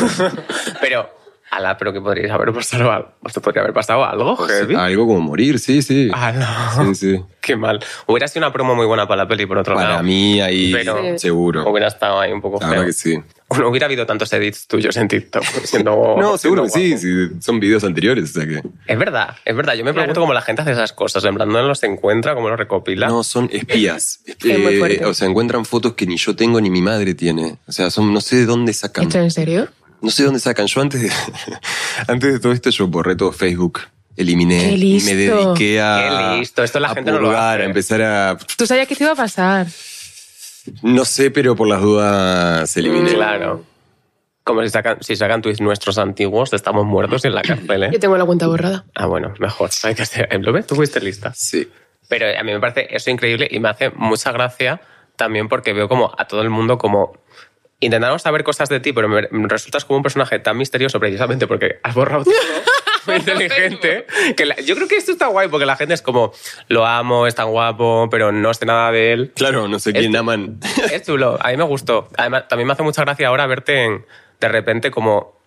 Speaker 2: Pero Ala, pero que podríais haber pasado algo. ¿Os podría haber pasado algo,
Speaker 3: O sea,
Speaker 2: heavy?
Speaker 3: algo como morir, sí, sí.
Speaker 2: Ah, no.
Speaker 3: Pues Sí, sí.
Speaker 2: Qué mal. Hubiera sido una promo muy buena para la peli, por otro
Speaker 3: Para
Speaker 2: lado.
Speaker 3: mí ahí
Speaker 2: Pero-
Speaker 3: seguro.
Speaker 2: Hubiera estado ahí un poco
Speaker 3: Ahora
Speaker 2: feo.
Speaker 3: que sí.
Speaker 2: No hubiera habido tantos edits tuyos en TikTok. Siendo,
Speaker 3: No,
Speaker 2: siendo
Speaker 3: seguro que sí,
Speaker 2: guapo.
Speaker 3: sí, son videos anteriores, o sea que...
Speaker 2: Es verdad, es verdad. Yo me
Speaker 1: Claro.
Speaker 2: pregunto cómo la gente hace esas cosas. En plan, ¿dónde los encuentra? ¿Cómo los recopila?
Speaker 3: No, son espías. Eh,
Speaker 1: Es muy fuerte.
Speaker 3: o sea, encuentran fotos que ni yo tengo ni mi madre tiene. O sea, son, no sé de dónde sacan.
Speaker 1: ¿Esto en serio?
Speaker 3: No sé de dónde sacan. Yo antes de, antes de todo esto, yo borré todo Facebook. Eliminé.
Speaker 1: Qué
Speaker 3: y me
Speaker 1: listo.
Speaker 3: dediqué a.
Speaker 2: Qué listo, esto la
Speaker 3: a
Speaker 2: gente no lo
Speaker 3: purgar,
Speaker 2: hace.
Speaker 3: a empezar a.
Speaker 1: ¿Tú sabías que esto iba a pasar?
Speaker 3: No sé, pero por las dudas eliminé.
Speaker 2: Mm, Claro. Como si sacan, si sacan tweets nuestros antiguos, estamos muertos y en la cárcel,
Speaker 1: Yo
Speaker 2: ¿eh?
Speaker 1: tengo la cuenta borrada.
Speaker 2: Ah, bueno, mejor. Hay que hacer- ¿Lo ves? Tú fuiste lista.
Speaker 3: Sí.
Speaker 2: Pero a mí me parece eso increíble y me hace mucha gracia también porque veo como a todo el mundo como intentando saber cosas de ti, pero me me resultas como un personaje tan misterioso precisamente porque has borrado todo. Muy inteligente. Que la- yo creo que esto está guay porque la gente es como, lo amo, es tan guapo, pero no sé nada de él.
Speaker 3: Claro, no sé
Speaker 2: Este-
Speaker 3: quién aman.
Speaker 2: Es chulo, a mí me gustó. Además, también me hace mucha gracia ahora verte en- de repente como...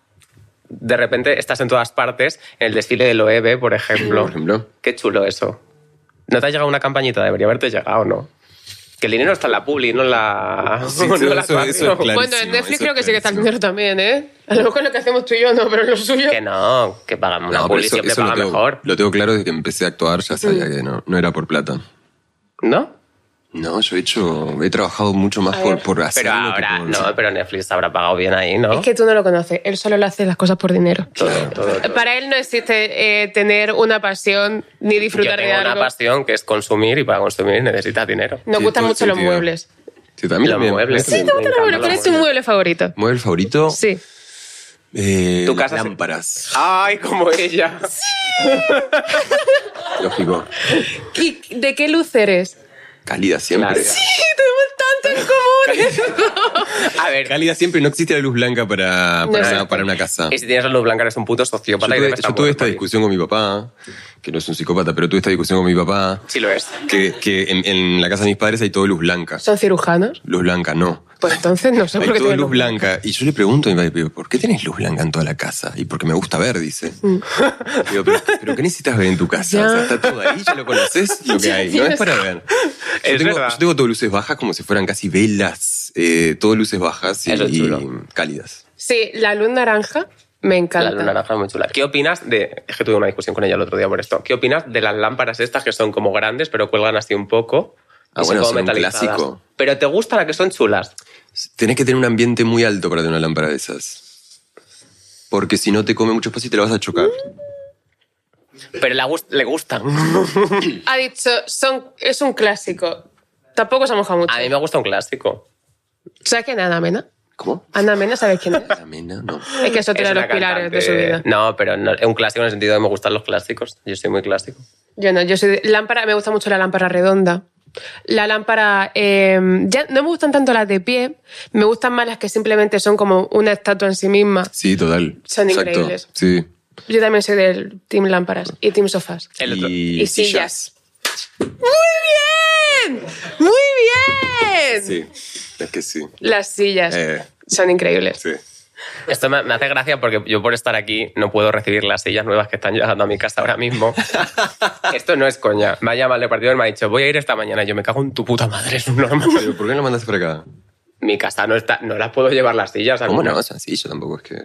Speaker 2: De repente estás en todas partes, en el desfile de Loewe, por ejemplo.
Speaker 3: Por ejemplo.
Speaker 2: Qué chulo eso. ¿No te ha llegado una campañita? Debería haberte llegado, ¿no? Que el dinero está en la publi, no en la...
Speaker 3: Sí,
Speaker 2: no
Speaker 3: eso-
Speaker 2: en la
Speaker 3: eso- eso es
Speaker 2: actuación.
Speaker 1: Bueno,
Speaker 3: claro. Clarísimo,
Speaker 1: en Netflix
Speaker 3: eso
Speaker 1: creo que
Speaker 3: es
Speaker 1: sí que está el
Speaker 3: clarísimo.
Speaker 1: dinero también, ¿eh? A lo mejor lo que hacemos tú y yo no, pero en lo suyo.
Speaker 2: Que no, que pagan una
Speaker 3: No, pero
Speaker 2: publi
Speaker 3: eso,
Speaker 2: siempre
Speaker 3: eso lo,
Speaker 2: paga
Speaker 3: tengo,
Speaker 2: mejor.
Speaker 3: lo tengo claro desde que empecé a actuar, ya
Speaker 1: Mm.
Speaker 3: sabía que no, no era por plata.
Speaker 2: ¿No?
Speaker 3: No, yo he hecho, he trabajado mucho más por, por hacer
Speaker 2: Pero
Speaker 3: lo que
Speaker 2: ahora...
Speaker 3: por-
Speaker 2: No, pero Netflix habrá pagado bien ahí, ¿no?
Speaker 1: Es que tú no lo conoces, él solo lo hace las cosas por dinero.
Speaker 2: Todo, todo, todo.
Speaker 1: Para él no existe eh, tener una pasión ni
Speaker 2: Yo
Speaker 1: disfrutar de
Speaker 2: tengo una
Speaker 1: algo.
Speaker 2: pasión que es consumir y para consumir necesitas dinero.
Speaker 1: Nos
Speaker 3: Sí,
Speaker 1: gustan
Speaker 3: todo
Speaker 1: mucho los
Speaker 3: sentido.
Speaker 1: muebles.
Speaker 3: Sí, también
Speaker 2: Los
Speaker 3: me-
Speaker 2: muebles.
Speaker 3: me-
Speaker 1: ¿Te
Speaker 2: Sí,
Speaker 1: gustan los
Speaker 2: encantan
Speaker 1: muebles?
Speaker 2: los
Speaker 1: ¿Cuál es tu
Speaker 2: muebles.
Speaker 1: mueble favorito?
Speaker 3: ¿Mueble favorito?
Speaker 1: Sí.
Speaker 3: Eh,
Speaker 2: Tu
Speaker 3: las
Speaker 2: casa se-
Speaker 3: lámparas,
Speaker 2: Ay, como ella.
Speaker 3: lógico.
Speaker 1: ¿Y de qué luz eres?
Speaker 3: Cálida siempre.
Speaker 2: Claro.
Speaker 1: Sí, tenemos tanto en común.
Speaker 2: A ver,
Speaker 3: Cálida siempre. No existe la luz blanca para, para,
Speaker 1: existe.
Speaker 3: para una casa.
Speaker 2: y si tienes la luz blanca eres un puto
Speaker 3: Yo
Speaker 2: sociópata. y
Speaker 3: tuve,
Speaker 2: debes
Speaker 3: yo
Speaker 2: estar
Speaker 3: tuve
Speaker 2: muerto,
Speaker 3: esta
Speaker 2: Mari.
Speaker 3: discusión con mi papá, que no es un psicópata, pero tuve esta discusión con mi papá,
Speaker 2: Sí lo es.
Speaker 3: que, que en, en la casa de mis padres hay todo luz blanca.
Speaker 1: ¿Son cirujanos?
Speaker 3: Luz blanca, no.
Speaker 1: Pues entonces no sé
Speaker 3: Hay
Speaker 1: por qué
Speaker 3: todo
Speaker 1: tiene
Speaker 3: luz blanca. Y yo le pregunto a mi padre, ¿por qué tenés luz blanca en toda la casa? Y porque me gusta ver, dice. Digo, pero, pero ¿qué necesitas ver en tu casa?
Speaker 1: Mm. Ya.
Speaker 3: O sea, está todo ahí, ya lo conoces, lo que
Speaker 1: Ya
Speaker 3: hay. No es
Speaker 1: tienes-
Speaker 3: para ver. Yo
Speaker 2: Es
Speaker 3: tengo,
Speaker 2: verdad.
Speaker 3: yo tengo todo luces bajas como si fueran casi velas. Eh, todo luces bajas y,
Speaker 2: Eso es
Speaker 3: y
Speaker 2: chulo.
Speaker 3: cálidas.
Speaker 1: Sí, la luz naranja me encanta.
Speaker 2: La luz naranja es muy chula. ¿Qué opinas de... Es que tuve una discusión con ella el otro día por esto. ¿Qué opinas de las lámparas estas que son como grandes pero cuelgan así un poco?
Speaker 3: Ah,
Speaker 2: y
Speaker 3: bueno,
Speaker 2: como
Speaker 3: son un
Speaker 2: metalizadas?
Speaker 3: clásico.
Speaker 2: Pero ¿te gusta la que son chulas?
Speaker 3: Tenés que tener un ambiente muy alto para tener una lámpara de esas. Porque si no te come mucho espacio y te la vas a chocar.
Speaker 1: Mm.
Speaker 2: Pero la gust- le gustan.
Speaker 1: Ha dicho, son, es un clásico. Tampoco se ha mojado mucho.
Speaker 2: A mí me gusta un clásico.
Speaker 1: ¿Sabes quién es Ana Mena?
Speaker 3: ¿Cómo?
Speaker 1: Ana Mena, ¿sabes quién es?
Speaker 3: La mena, no.
Speaker 1: Es que es otro
Speaker 2: Es
Speaker 1: de los
Speaker 2: una
Speaker 1: pilares de su vida.
Speaker 2: cantante- No, pero no- es un clásico en el sentido de que me gustan los clásicos. Yo soy muy clásico.
Speaker 1: Yo no, yo soy de- lámpara, me gusta mucho la lámpara redonda. La lámpara, eh, ya no me gustan tanto las de pie, me gustan más las que simplemente son como una estatua en sí misma.
Speaker 3: Sí, total.
Speaker 1: Son increíbles.
Speaker 3: Sí.
Speaker 1: Yo también soy del team lámparas y team sofás.
Speaker 2: El otro-
Speaker 1: Y, sillas. ¡Muy bien! ¡Muy bien!
Speaker 3: Sí, es que sí.
Speaker 1: Las sillas
Speaker 3: Eh.
Speaker 1: son increíbles.
Speaker 3: Sí.
Speaker 2: Esto me, me hace gracia porque yo por estar aquí no puedo recibir las sillas nuevas que están llegando a mi casa ahora mismo. Esto no es coña. Me ha llamado el departamento y me ha dicho, voy a ir esta mañana. Y yo me cago en tu puta madre, es un normal.
Speaker 3: Pero ¿por qué no mandaste para acá?
Speaker 2: mi casa no está, no las puedo llevar las sillas.
Speaker 3: ¿Cómo no?
Speaker 2: algunas.
Speaker 3: O sea, sí, yo tampoco es que...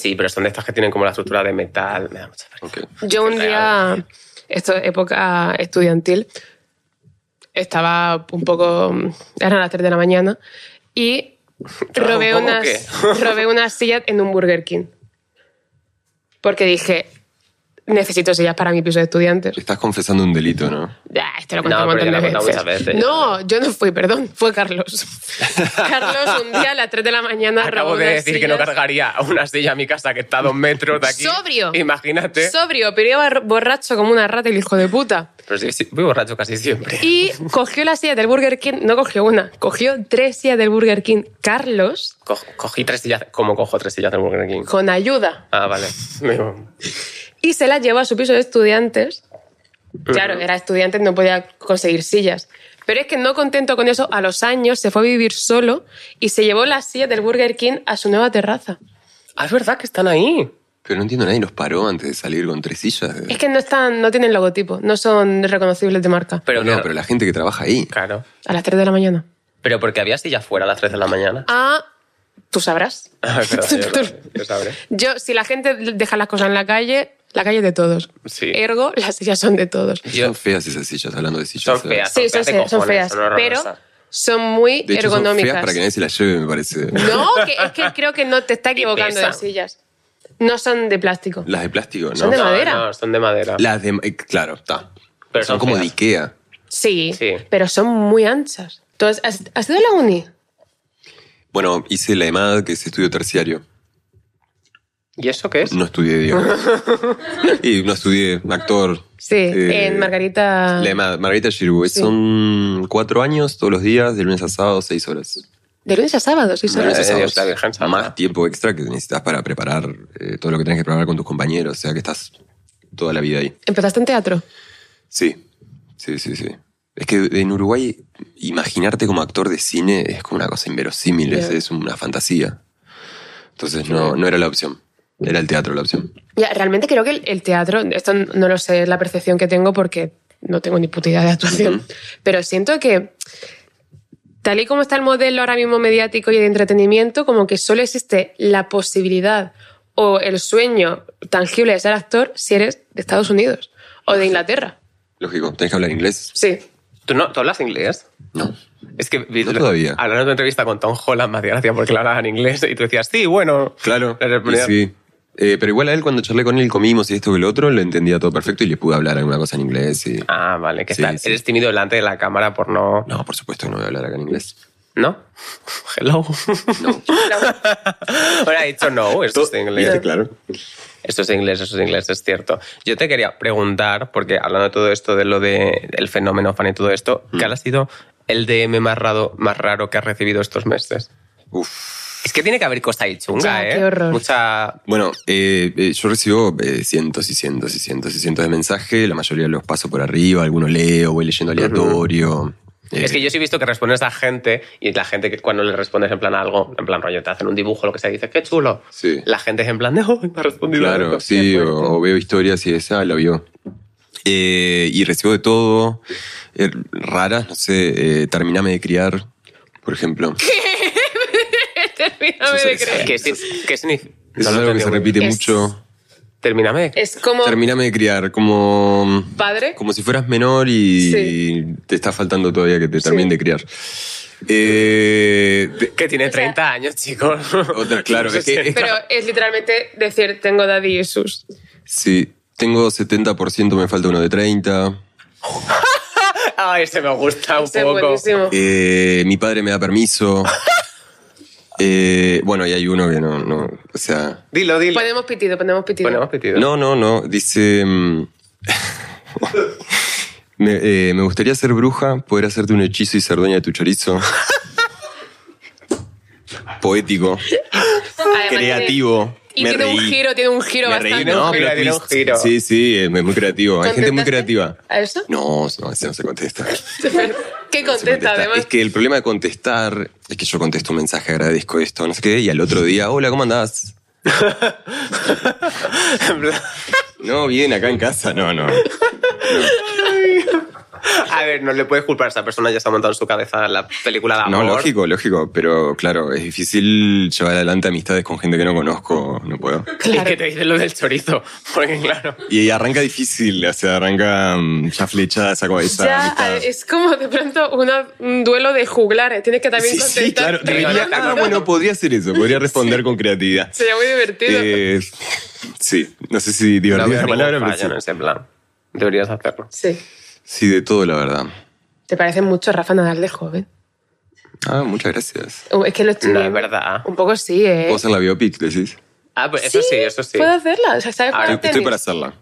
Speaker 2: Sí, pero son de estas que tienen como la estructura de metal. Me da mucha pereza.
Speaker 3: Ok.
Speaker 1: Yo un día, esto época estudiantil, estaba un poco, eran las 3 de la mañana, y
Speaker 2: ¿Estaba
Speaker 1: robé
Speaker 2: un poco
Speaker 1: unas, robé unas sillas en un Burger King. Porque dije, necesito sillas para mi piso de estudiantes.
Speaker 3: Estás confesando un delito, ¿no?
Speaker 1: Ah, esto lo he contado
Speaker 2: No,
Speaker 1: un
Speaker 2: pero
Speaker 1: montón de
Speaker 2: ya lo he
Speaker 1: veces.
Speaker 2: contado muchas veces.
Speaker 1: No, yo no fui, perdón, fue Carlos. Carlos un día a las 3 de la mañana
Speaker 2: Acabo
Speaker 1: robó
Speaker 2: de
Speaker 1: unas
Speaker 2: decir que no
Speaker 1: sillas.
Speaker 2: cargaría una silla a mi casa que está a dos metros de aquí.
Speaker 1: Sobrio.
Speaker 2: Imagínate.
Speaker 1: Sobrio, pero iba borracho como una rata el hijo de puta.
Speaker 2: pero sí, sí, voy borracho casi siempre.
Speaker 1: Y cogió la silla del Burger King, no cogió una, cogió tres sillas del Burger King Carlos
Speaker 2: Co- cogí tres sillas. ¿Cómo cojo tres sillas del Burger King?
Speaker 1: con ayuda
Speaker 2: Ah, vale. Digo,
Speaker 1: y se las llevó a su piso de estudiantes. Claro, eh. era estudiante, no podía conseguir sillas. Pero es que no contento con eso, a los años se fue a vivir solo y se llevó las sillas del Burger King a su nueva terraza.
Speaker 2: Ah, es verdad que están ahí.
Speaker 3: Pero no entiendo, nadie los paró antes de salir con tres sillas.
Speaker 1: Es que no están, no tienen logotipo, no son reconocibles de marca.
Speaker 2: Pero
Speaker 3: no,
Speaker 2: claro,
Speaker 3: pero la gente que trabaja ahí.
Speaker 2: claro.
Speaker 1: A las 3 de la mañana.
Speaker 2: Pero porque había silla fuera a las 3 de la mañana.
Speaker 1: Ah, tú sabrás.
Speaker 2: Ah, es verdad, yo
Speaker 1: Tú-
Speaker 2: no- yo sabré.
Speaker 1: Yo, si la gente deja las cosas en la calle, la calle es de todos.
Speaker 2: Sí.
Speaker 1: Ergo, las sillas son de todos.
Speaker 2: Yo-
Speaker 3: Son feas esas sillas, hablando de sillas. ¿eh?
Speaker 2: Son
Speaker 3: ¿sabes?
Speaker 2: feas.
Speaker 1: Sí, son,
Speaker 2: de
Speaker 1: son
Speaker 2: cojones,
Speaker 1: feas,
Speaker 2: son horrorosas.
Speaker 1: pero son muy
Speaker 3: De hecho, son
Speaker 1: ergonómicas.
Speaker 3: feas para que nadie se las lleve, me parece.
Speaker 1: No, que, es que creo que no te está equivocando
Speaker 2: pesan.
Speaker 1: de sillas. No son de plástico.
Speaker 3: Las de plástico, ¿no?
Speaker 1: Son de
Speaker 2: No,
Speaker 1: madera.
Speaker 2: No, son de madera.
Speaker 3: Las de. eh, Claro, está.
Speaker 2: Pero
Speaker 3: son
Speaker 2: son
Speaker 3: como de
Speaker 2: feas.
Speaker 3: Ikea.
Speaker 1: Sí,
Speaker 2: Sí.
Speaker 1: pero son muy anchas. Entonces, ¿has, has ido a la uni?
Speaker 3: Bueno, hice la EMAD, que es estudio terciario.
Speaker 2: ¿Y eso qué es?
Speaker 3: No estudié, digamos. y no estudié actor.
Speaker 1: Sí,
Speaker 3: Eh,
Speaker 1: en Margarita.
Speaker 3: La EMAD, Margarita Giroux. Son cuatro años todos los días, de lunes a sábado, seis horas.
Speaker 1: De lunes a sábado, sí,
Speaker 3: De
Speaker 1: solo.
Speaker 2: Madre
Speaker 3: lunes a
Speaker 2: de Dios,
Speaker 3: sábado.
Speaker 2: la Virgen Santa.
Speaker 3: Más tiempo extra que necesitas para preparar eh, todo lo que tenés que preparar con tus compañeros. O sea que estás toda la vida ahí.
Speaker 1: ¿Empezaste en teatro?
Speaker 3: Sí, sí, sí, sí. Es que en Uruguay imaginarte como actor de cine es como una cosa inverosímil, es,
Speaker 1: Ya.
Speaker 3: es una fantasía. Entonces no, no era la opción, era el teatro la opción.
Speaker 1: Ya, realmente creo que el, el teatro, esto no lo sé, es la percepción que tengo porque no tengo ni puta idea de actuación, pero siento que tal y como está el modelo ahora mismo mediático y de entretenimiento, como que solo existe la posibilidad o el sueño tangible de ser actor si eres de Estados Unidos o de Inglaterra.
Speaker 3: Lógico, tenés que hablar inglés.
Speaker 1: Sí.
Speaker 2: ¿Tú, no, ¿Tú hablas inglés?
Speaker 3: No.
Speaker 2: Es que vi-
Speaker 3: No todavía.
Speaker 2: hablando de tu entrevista con Tom Holland, me hacía gracia porque le hablabas en inglés y tú decías, sí, bueno.
Speaker 3: Claro,
Speaker 2: La
Speaker 3: y
Speaker 2: respondía,
Speaker 3: sí. Eh, pero igual a él cuando charlé con él comimos y esto que lo otro, lo entendía todo perfecto y le pude hablar alguna cosa en inglés. Y...
Speaker 2: Ah, vale, que
Speaker 3: Sí,
Speaker 2: está-
Speaker 3: sí.
Speaker 2: eres tímido delante de la cámara por no.
Speaker 3: No, por supuesto que no voy a hablar acá en inglés.
Speaker 2: ¿No? Hello.
Speaker 3: No.
Speaker 2: Ahora he dicho no, esto es de inglés.
Speaker 3: ¿Viste? Claro.
Speaker 2: Esto es de inglés, esto es de inglés, es cierto. Yo te quería preguntar, porque hablando de todo esto, de lo de el fenómeno fan y todo esto,
Speaker 3: Mm.
Speaker 2: ¿cuál ha sido el DM más raro, más raro que has recibido estos meses?
Speaker 3: Uf.
Speaker 2: Es que tiene que haber cosa ahí chunga,
Speaker 1: Ya,
Speaker 2: ¿eh?
Speaker 1: qué horror.
Speaker 2: Mucha.
Speaker 3: Bueno, eh, eh, yo recibo eh, cientos y cientos y cientos y cientos de mensajes. La mayoría los paso por arriba, algunos leo, voy leyendo aleatorio. Eh,
Speaker 2: Es que yo sí he visto que respondes a gente y la gente que cuando le respondes en plan a algo, en plan rollo, te hacen un dibujo, lo que sea, dices, qué chulo.
Speaker 3: Sí.
Speaker 2: La gente es en plan de, oh, me ha respondido. a
Speaker 3: Claro,
Speaker 2: esto,
Speaker 3: sí,
Speaker 2: qué
Speaker 3: o,
Speaker 2: fuerte".
Speaker 3: o veo historias y esa la vio. Eh, y recibo de todo. eh, raras, no sé, eh, terminame de criar, por ejemplo.
Speaker 1: Termíname
Speaker 3: Eso
Speaker 1: de
Speaker 3: es-
Speaker 1: creer.
Speaker 2: ¿Qué, sí- qué significa? No
Speaker 3: Eso es
Speaker 2: lo
Speaker 3: algo que se
Speaker 2: entendí muy bien.
Speaker 3: repite
Speaker 1: Es-
Speaker 3: mucho.
Speaker 2: Termíname.
Speaker 1: Es como
Speaker 3: Terminame de criar, como.
Speaker 1: padre.
Speaker 3: Como si fueras menor y
Speaker 1: Sí.
Speaker 3: te está faltando todavía que te
Speaker 1: Sí.
Speaker 3: terminen de criar. Eh, de-
Speaker 2: Que tiene
Speaker 1: O sea-
Speaker 2: 30 años, chicos.
Speaker 3: otra, claro, es que, es
Speaker 1: Pero es literalmente decir, tengo daddy issues.
Speaker 3: Sí, tengo 70%, me falta uno de 30.
Speaker 2: Ay, se me gusta un
Speaker 1: Eso es
Speaker 2: poco.
Speaker 1: buenísimo.
Speaker 3: Eh, mi padre me da permiso. Eh, bueno, y hay uno que no, no, o sea...
Speaker 2: Dilo, dilo.
Speaker 1: Ponemos pitido, ponemos pitido.
Speaker 2: Ponemos pitido.
Speaker 3: No, no, no, dice... mm, me, eh, me gustaría ser bruja, poder hacerte un hechizo y ser dueña de tu chorizo. Poético,
Speaker 1: Además, tiene-
Speaker 3: creativo.
Speaker 1: Y
Speaker 3: me
Speaker 1: tiene un
Speaker 3: reí.
Speaker 1: giro, tiene un giro
Speaker 3: me
Speaker 1: bastante.
Speaker 3: reí,
Speaker 2: Tiene un
Speaker 3: no, plot
Speaker 2: giro, tiene un
Speaker 3: twist.
Speaker 2: giro.
Speaker 3: Sí, sí, es muy creativo. Hay gente muy
Speaker 1: ¿Contestaste
Speaker 3: creativa.
Speaker 1: ¿A eso?
Speaker 3: No, no, ese no se contesta.
Speaker 1: ¿Qué
Speaker 3: se contesta.
Speaker 1: contesta además?
Speaker 3: Es que el problema de contestar es que yo contesto un mensaje, agradezco esto, no sé qué, y al otro día, hola, ¿cómo andás?
Speaker 2: En plan-
Speaker 3: No, bien, acá en casa, no, no.
Speaker 2: A ver, no le puedes culpar a esa persona, ya se ha montado en su cabeza la película de
Speaker 3: No,
Speaker 2: amor.
Speaker 3: lógico, lógico, pero claro, es difícil llevar adelante amistades con gente que no conozco, no puedo.
Speaker 2: Y que te dicen lo del chorizo. Porque, claro.
Speaker 3: Y arranca difícil, o sea, arranca mm, ya flechada esa cabeza.
Speaker 1: Ya, eh, a ver, es como de pronto una- un duelo de juglares. Tienes que también
Speaker 3: Sí,
Speaker 1: contestar.
Speaker 3: sí, claro.
Speaker 2: Pero
Speaker 3: debería-
Speaker 2: no,
Speaker 3: ah,
Speaker 2: no, no.
Speaker 3: bueno, podría hacer eso, podría responder con creatividad.
Speaker 1: Sería muy divertido.
Speaker 3: Eh, sí, no sé si
Speaker 2: No
Speaker 3: divertida
Speaker 2: veo
Speaker 3: la
Speaker 2: ningún
Speaker 3: palabra, pero
Speaker 2: fallo en
Speaker 3: sí.
Speaker 2: ese plan. Deberías hacerlo.
Speaker 1: Sí.
Speaker 3: Sí, de todo, la verdad.
Speaker 1: Te parece mucho Rafa Nadal de joven. Uh,
Speaker 3: Ah, muchas gracias.
Speaker 1: Es que lo estoy
Speaker 2: No es
Speaker 1: viendo.
Speaker 2: verdad.
Speaker 1: Un poco sí, ¿eh?
Speaker 3: ¿Puedo hacer la biopic, decís?
Speaker 2: Ah, pues eso sí, eso sí.
Speaker 1: Puedo hacerla. O sea, ¿sabes
Speaker 2: Ahora,
Speaker 1: jugar al
Speaker 3: Estoy
Speaker 1: tenis?
Speaker 3: para hacerla.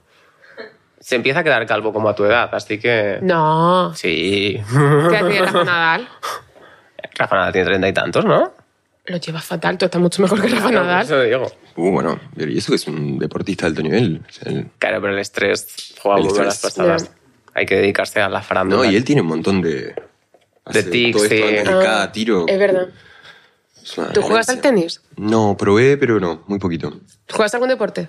Speaker 2: Se empieza a quedar calvo como a tu edad, así que.
Speaker 1: No.
Speaker 2: Sí.
Speaker 1: ¿Qué hace Rafa Nadal?
Speaker 2: Rafa Nadal tiene treinta y tantos, ¿no?
Speaker 1: Lo lleva fatal. Tú estás mucho mejor que Rafa
Speaker 2: Claro,
Speaker 1: Nadal.
Speaker 2: Eso digo.
Speaker 3: Uh, bueno, pero y eso que es un deportista de alto nivel. O sea, él-
Speaker 2: Claro, pero el estrés juega
Speaker 3: El
Speaker 2: muy malas
Speaker 3: estrés.
Speaker 2: pasadas.
Speaker 1: Ya.
Speaker 2: Hay que dedicarse a la farándula.
Speaker 3: no, y él tiene un montón de... hace
Speaker 2: tics,
Speaker 3: todo esto
Speaker 2: sí.
Speaker 3: antes de
Speaker 1: Ah,
Speaker 3: cada tiro.
Speaker 1: Es verdad.
Speaker 3: Es una
Speaker 1: ¿Tú juegas
Speaker 3: ganancia.
Speaker 1: al tenis?
Speaker 3: No, probé, pero no, muy poquito.
Speaker 1: ¿Juegas algún deporte?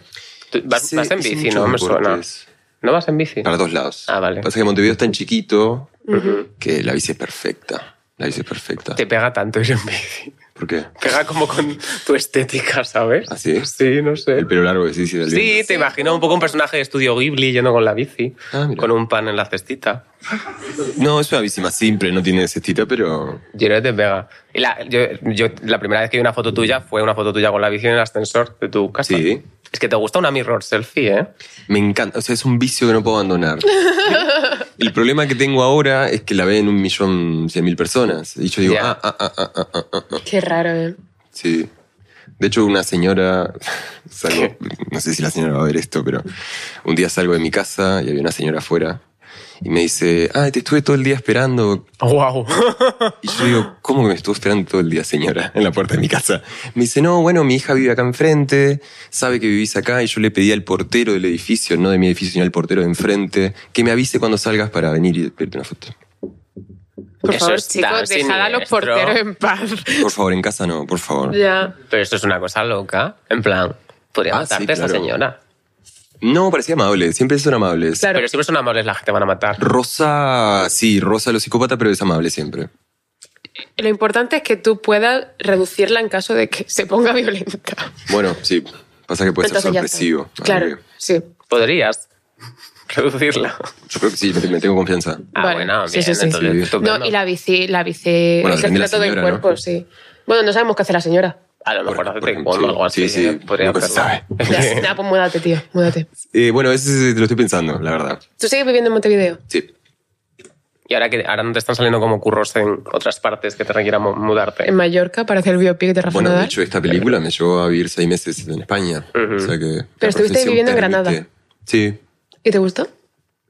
Speaker 2: Tú vas,
Speaker 3: Hice-
Speaker 2: vas en
Speaker 3: hice
Speaker 2: bici,
Speaker 3: muchos
Speaker 2: ¿no? Me suena.
Speaker 3: deportes.
Speaker 2: ¿No vas en bici?
Speaker 3: Para dos lados.
Speaker 2: Ah, vale.
Speaker 3: Pasa que Montevideo es tan chiquito que la bici es perfecta. La bici es perfecta.
Speaker 2: Te pega tanto ir en bici.
Speaker 3: ¿Por qué?
Speaker 2: Pega como con tu estética, ¿sabes?
Speaker 3: ¿Ah, sí?
Speaker 2: Sí, no sé.
Speaker 3: El pelo largo que se dice del
Speaker 2: Sí, te imagino un poco un personaje de estudio Ghibli yendo con la bici,
Speaker 3: Ah, mira.
Speaker 2: con un pan en la cestita.
Speaker 3: No, es una bici más simple, no tiene cestita, pero.
Speaker 2: Jiré te pega. Y la, yo, yo- la primera vez que vi una foto tuya fue una foto tuya con la bici en el ascensor de tu casa.
Speaker 3: Sí.
Speaker 2: Es que te gusta una mirror selfie, ¿eh?
Speaker 3: Me encanta, o sea, es un vicio que no puedo abandonar. El problema que tengo ahora es que la ven un millón cien mil personas. Y yo digo,
Speaker 2: Ya.
Speaker 3: ah, ah, ah, ah, ah, ah, ah, ah.
Speaker 1: Qué raro, ¿eh?
Speaker 3: Sí. De hecho, una señora, salgo, no sé si la señora va a ver esto, pero un día salgo de mi casa y había una señora afuera y me dice, ah, te estuve todo el día esperando.
Speaker 2: ¡Wow!
Speaker 3: Y yo digo, ¿cómo que me estuvo esperando todo el día, señora, en la puerta de mi casa? Me dice, no, bueno, mi hija vive acá enfrente, sabe que vivís acá y yo le pedí al portero del edificio, no de mi edificio, sino al portero de enfrente, que me avise cuando salgas para venir y pedirte una foto.
Speaker 1: Por
Speaker 2: Eso
Speaker 1: favor,
Speaker 2: está
Speaker 1: chicos, dejad a los
Speaker 2: siniestro.
Speaker 1: porteros en paz.
Speaker 3: Por favor, en casa no, por favor.
Speaker 1: ya.
Speaker 2: Pero esto es una cosa loca. En plan, podría
Speaker 3: Ah,
Speaker 2: matarte
Speaker 3: sí,
Speaker 2: esa
Speaker 3: claro.
Speaker 2: señora.
Speaker 3: No, parecía amable, siempre son amables.
Speaker 1: Claro.
Speaker 2: Pero siempre son amables, la gente van a matar.
Speaker 3: Rosa, sí, Rosa lo psicópata, pero es amable siempre.
Speaker 1: Lo importante es que tú puedas reducirla en caso de que se ponga violenta.
Speaker 3: Bueno, sí, pasa que puede ser
Speaker 1: Entonces ya está.
Speaker 3: Pues sorpresivo.
Speaker 1: Claro,
Speaker 3: Aunque
Speaker 1: sí.
Speaker 2: Podrías reducirla.
Speaker 3: Yo creo que sí, me, me tengo confianza.
Speaker 2: Ah,
Speaker 1: Vale.
Speaker 2: bueno,
Speaker 1: Sí,
Speaker 2: bien,
Speaker 1: sí, sí.
Speaker 2: entonces,
Speaker 3: Sí.
Speaker 2: estupendo.
Speaker 1: No, y la bici, la bici
Speaker 3: Bueno,
Speaker 1: es el
Speaker 3: depende de la
Speaker 1: trato del
Speaker 3: señora, ¿no?
Speaker 1: cuerpo, sí. Bueno, no sabemos qué hace la señora.
Speaker 2: A lo mejor
Speaker 3: Por-
Speaker 2: hace
Speaker 3: por ejemplo,
Speaker 2: taekwondo o algo
Speaker 3: sí,
Speaker 2: así. ¿eh?
Speaker 3: sí,
Speaker 2: podría
Speaker 3: nunca se
Speaker 2: hacerlo.
Speaker 1: Ya, Nada, pues múdate, tío, múdate.
Speaker 3: Eh, bueno, eso te lo estoy pensando, la verdad.
Speaker 1: ¿Tú sigues viviendo en Montevideo?
Speaker 3: Sí.
Speaker 2: Y ahora que ahora no te están saliendo como curros en otras partes que te requieran mu- mudarte.
Speaker 1: En Mallorca para hacer el biopic de Rafa
Speaker 3: Bueno, de
Speaker 1: Nadal.
Speaker 3: hecho, eh. esta película me llevó a vivir seis meses en España. O sea que. la
Speaker 1: Pero estuviste
Speaker 3: profesión
Speaker 1: viviendo en
Speaker 3: permite-
Speaker 1: Granada.
Speaker 3: Sí.
Speaker 1: ¿Y te gustó?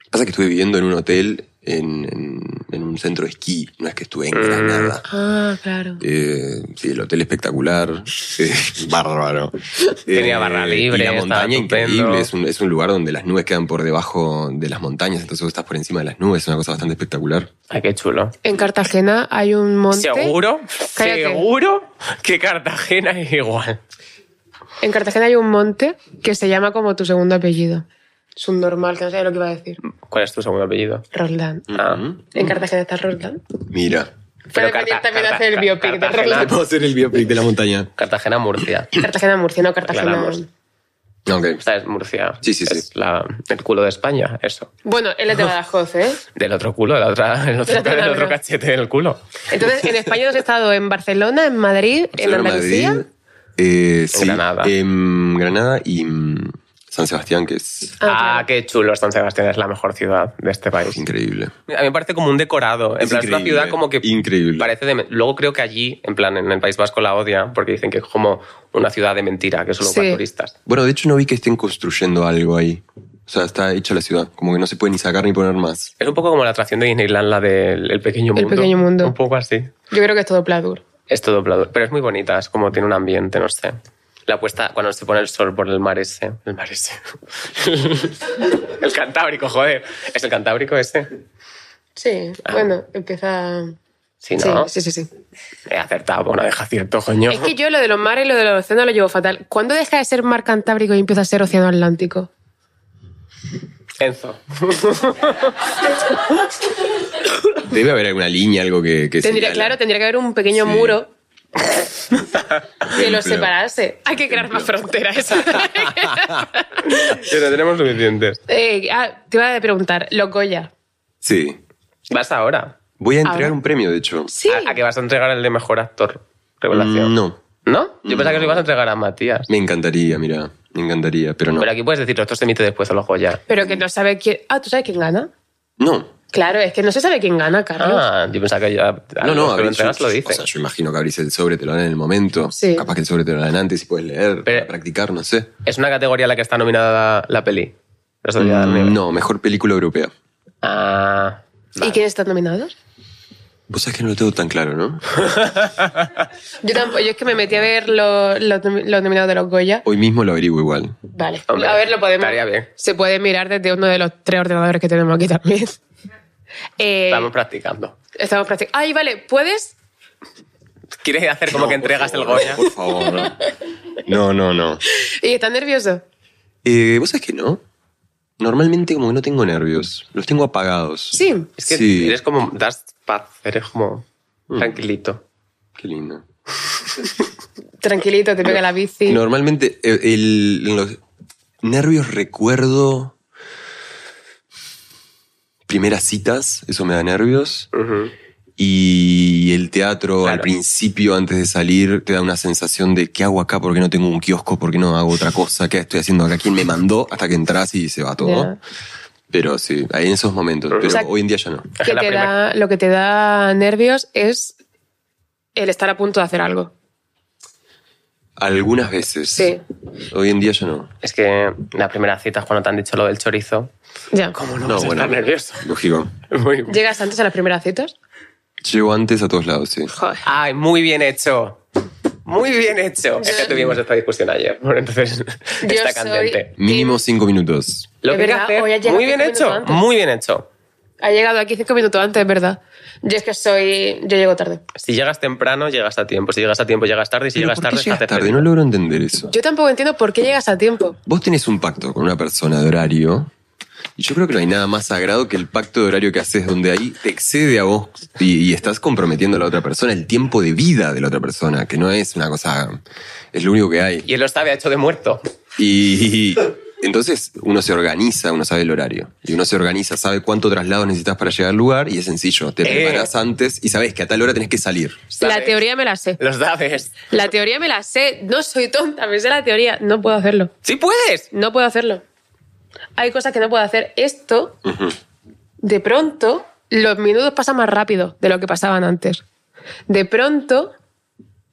Speaker 3: Pasa que estuve viviendo en un hotel en, en- en un centro de esquí, no es que estuve en Granada.
Speaker 1: Ah, claro.
Speaker 3: Eh, sí, el hotel espectacular, eh, bárbaro. Eh,
Speaker 2: Tenía barra libre,
Speaker 3: y la
Speaker 2: estaba
Speaker 3: montaña increíble,
Speaker 2: estupendo.
Speaker 3: es un, es un lugar donde las nubes quedan por debajo de las montañas, entonces vos estás por encima de las nubes, es una cosa bastante espectacular.
Speaker 2: Ay, qué chulo.
Speaker 1: En Cartagena hay un monte.
Speaker 2: Seguro,
Speaker 1: Cállate.
Speaker 2: seguro que Cartagena es igual.
Speaker 1: En Cartagena hay un monte que se llama como tu segundo apellido. Es un normal, que no sé lo que iba a decir.
Speaker 2: ¿Cuál es tu segundo apellido?
Speaker 1: Roldán.
Speaker 2: Ah.
Speaker 1: En Cartagena está Roldán.
Speaker 3: Mira,
Speaker 1: Puede
Speaker 2: Carta-
Speaker 1: venir también a
Speaker 2: Carta-
Speaker 1: hacer el
Speaker 2: Car-
Speaker 1: biopic de
Speaker 2: Cartagena.
Speaker 1: Roldán.
Speaker 3: puedo hacer el biopic de la montaña.
Speaker 2: Cartagena, Murcia.
Speaker 1: Cartagena, Murcia, no Cartagena.
Speaker 2: Aclaramos.
Speaker 3: Ok.
Speaker 2: ¿Sabes? Murcia.
Speaker 3: Sí, sí, sí.
Speaker 2: Es la- el culo de España, eso.
Speaker 1: Bueno, él es de Badajoz, ¿eh?
Speaker 2: Del otro culo, de la otra, el otro,
Speaker 1: otra
Speaker 2: el otro
Speaker 1: larga.
Speaker 2: cachete del culo.
Speaker 1: Entonces, en España has estado en Barcelona, en Madrid, en
Speaker 3: Barcelona,
Speaker 1: Andalucía.
Speaker 3: Madrid, eh, sí,
Speaker 2: Granada.
Speaker 3: En Granada y mm, San Sebastián, que es
Speaker 2: Ah,
Speaker 1: Ah,
Speaker 2: qué chulo. San Sebastián es la mejor ciudad de este país.
Speaker 3: increíble.
Speaker 2: A mí me parece como un decorado. En
Speaker 3: Es
Speaker 2: plan, es una
Speaker 3: increíble,
Speaker 2: ciudad como que.
Speaker 3: increíble.
Speaker 2: Parece de. men- Luego creo que allí, en plan, en el País Vasco la odia porque dicen que es como una ciudad de mentira, que solo para
Speaker 1: Sí.
Speaker 2: turistas.
Speaker 3: Bueno, de hecho no vi que estén construyendo algo ahí. O sea, está hecha la ciudad, como que no se puede ni sacar ni poner más.
Speaker 2: Es un poco como la atracción de Disneyland, la del el pequeño
Speaker 1: El
Speaker 2: mundo.
Speaker 1: Pequeño Mundo.
Speaker 2: Un poco así.
Speaker 1: Yo creo que es todo Pladur.
Speaker 2: Es todo doblado. Pero es muy bonita, es como tiene un ambiente, no sé. La puesta cuando se pone el sol por el mar ese. El mar ese. el Cantábrico, joder. ¿Es el Cantábrico ese?
Speaker 1: Sí, bueno, empieza...
Speaker 2: Ah. Sí, ¿no?
Speaker 1: Sí, sí, sí. sí.
Speaker 2: He acertado por una deja cierto, coño.
Speaker 1: Es que yo lo de los mares y lo de los océanos lo llevo fatal. ¿Cuándo deja de ser mar Cantábrico y empieza a ser océano Atlántico?
Speaker 2: Enzo.
Speaker 3: Debe haber alguna línea, algo que... que
Speaker 1: Tendría,
Speaker 3: señala.
Speaker 1: claro, tendría que haber un pequeño
Speaker 3: Sí.
Speaker 1: muro que los
Speaker 3: Ejemplo.
Speaker 1: separase. Hay que crear más fronteras.
Speaker 2: Ya tenemos suficientes.
Speaker 1: Eh, ah, te iba a preguntar, los Goya.
Speaker 3: Sí.
Speaker 2: Vas ahora.
Speaker 3: Voy a entregar
Speaker 1: Ahora.
Speaker 3: un premio, de hecho.
Speaker 1: Sí.
Speaker 2: ¿A, a Ah, que vas a entregar el de mejor actor? Revelación.
Speaker 3: Mm, No,
Speaker 2: ¿No? Yo pensaba que lo ibas a entregar a Matías.
Speaker 3: me encantaría, mira, me encantaría, pero no.
Speaker 2: Pero aquí puedes decirlo, esto se emite después a los Goya.
Speaker 1: Pero que no sabe quién... Ah, ¿tú sabes quién gana?
Speaker 3: No,
Speaker 1: Claro, es que no se sabe quién gana, Carlos.
Speaker 2: Ah, yo pensaba que ya. a
Speaker 3: no,
Speaker 2: los
Speaker 3: no,
Speaker 2: que lo
Speaker 3: abrís-
Speaker 2: entregas lo
Speaker 3: O
Speaker 2: dicen.
Speaker 3: sea, yo imagino que abrís el sobre, te lo dan en el momento.
Speaker 1: Sí.
Speaker 3: Capaz que el sobre te lo dan antes y puedes
Speaker 2: Pero-
Speaker 3: leer, para practicar, no sé.
Speaker 2: Es una categoría en la que está nominada la, la peli. La Sociedad del Nieve.
Speaker 3: No, mejor película europea.
Speaker 2: Ah,
Speaker 1: ¿Y quiénes están nominados?
Speaker 3: Vos sabés que no lo tengo tan claro, ¿no?
Speaker 1: Yo tampoco, yo es que me metí a ver los, los, nomi- los nominados de los Goya.
Speaker 3: Hoy mismo lo averiguo igual.
Speaker 1: Vale.
Speaker 2: Hombre,
Speaker 1: a ver, lo podemos.
Speaker 2: estaría bien.
Speaker 1: Se puede mirar desde uno de los tres ordenadores que tenemos aquí también. Eh,
Speaker 2: estamos practicando.
Speaker 1: estamos practicando. Ay, vale, ¿puedes?
Speaker 2: Quiere hacer como
Speaker 3: No,
Speaker 2: que
Speaker 3: por
Speaker 2: entregas el
Speaker 3: favor,
Speaker 2: Goya.
Speaker 3: Por favor. No, no, no.
Speaker 1: ¿Y está nervioso?
Speaker 3: Eh, ¿Vos sabés que no? Normalmente como que no tengo nervios. Los tengo apagados.
Speaker 1: Sí.
Speaker 2: Es que
Speaker 3: Sí.
Speaker 2: eres como. Das paz, eres como. Tranquilito.
Speaker 3: Qué lindo.
Speaker 1: Tranquilito, te pega la bici.
Speaker 3: Normalmente eh, el- en los nervios recuerdo primeras citas, eso me da nervios.
Speaker 2: Ujú.
Speaker 3: Y el teatro al
Speaker 2: Claro.
Speaker 3: principio, antes de salir, te da una sensación de ¿qué hago acá? ¿Por qué no tengo un kiosco? ¿Por qué no hago otra cosa? ¿Qué estoy haciendo acá? ¿Quién me mandó? Hasta que entras y se va todo.
Speaker 1: Ya.
Speaker 3: Pero sí, ahí en esos momentos. Pero
Speaker 1: O sea,
Speaker 3: hoy en día ya no.
Speaker 1: Que
Speaker 2: La
Speaker 1: te
Speaker 2: primera.
Speaker 1: da- lo que te da nervios es el estar a punto de hacer algo.
Speaker 3: Algunas veces.
Speaker 1: Sí.
Speaker 3: Hoy en día ya no.
Speaker 2: Es que la primera cita es cuando te han dicho lo del chorizo.
Speaker 1: Ya.
Speaker 2: ¿Cómo
Speaker 3: No,
Speaker 2: vas a
Speaker 3: bueno.
Speaker 2: estar nervioso?
Speaker 3: Lógico.
Speaker 2: Muy-
Speaker 1: ¿Llegas antes a las primeras citas?
Speaker 3: Llego antes a todos lados, sí.
Speaker 1: Joder.
Speaker 2: Ay, muy bien hecho. Muy bien hecho. Es que tuvimos esta discusión ayer. Bueno, entonces
Speaker 1: Yo
Speaker 2: está
Speaker 1: soy-
Speaker 2: candente.
Speaker 3: Mínimo cinco minutos.
Speaker 2: Lo
Speaker 1: Es
Speaker 2: que hay que
Speaker 1: verdad,
Speaker 2: hacer,
Speaker 1: hoy ha llegado
Speaker 2: muy bien
Speaker 1: cinco
Speaker 2: hecho.
Speaker 1: minutos antes.
Speaker 2: Muy bien hecho.
Speaker 1: Ha llegado aquí cinco minutos antes, es verdad. Yo es que soy. Yo llego tarde.
Speaker 2: Si llegas temprano, llegas a tiempo. Si llegas a tiempo, llegas tarde. Y si
Speaker 3: Pero
Speaker 2: llegas
Speaker 3: ¿por qué
Speaker 2: tarde,
Speaker 3: llegas
Speaker 2: estás
Speaker 3: tarde?
Speaker 2: despedido.
Speaker 3: No logro entender eso.
Speaker 1: Yo tampoco entiendo por qué llegas a tiempo.
Speaker 3: Vos tenés un pacto con una persona de horario. Y yo creo que no hay nada más sagrado que el pacto de horario que haces, donde ahí te excede a vos y, y estás comprometiendo a la otra persona el tiempo de vida de la otra persona, que no es una cosa. Es lo único que hay.
Speaker 2: Y él lo sabe, ha hecho de muerto.
Speaker 3: Y, y- entonces uno se organiza, uno sabe el horario. Y uno se organiza, sabe cuánto traslado necesitas para llegar al lugar y es sencillo. Te
Speaker 2: Eh.
Speaker 3: preparas antes y sabes que a tal hora tenés que salir.
Speaker 2: ¿sabes?
Speaker 1: La teoría me la sé.
Speaker 2: Lo sabes.
Speaker 1: La teoría me la sé. No soy tonta, me sé la teoría. No puedo hacerlo.
Speaker 2: ¡Sí puedes!
Speaker 1: No puedo hacerlo. Hay cosas que no puedo hacer. Esto, de pronto, los minutos pasan más rápido de lo que pasaban antes. De pronto,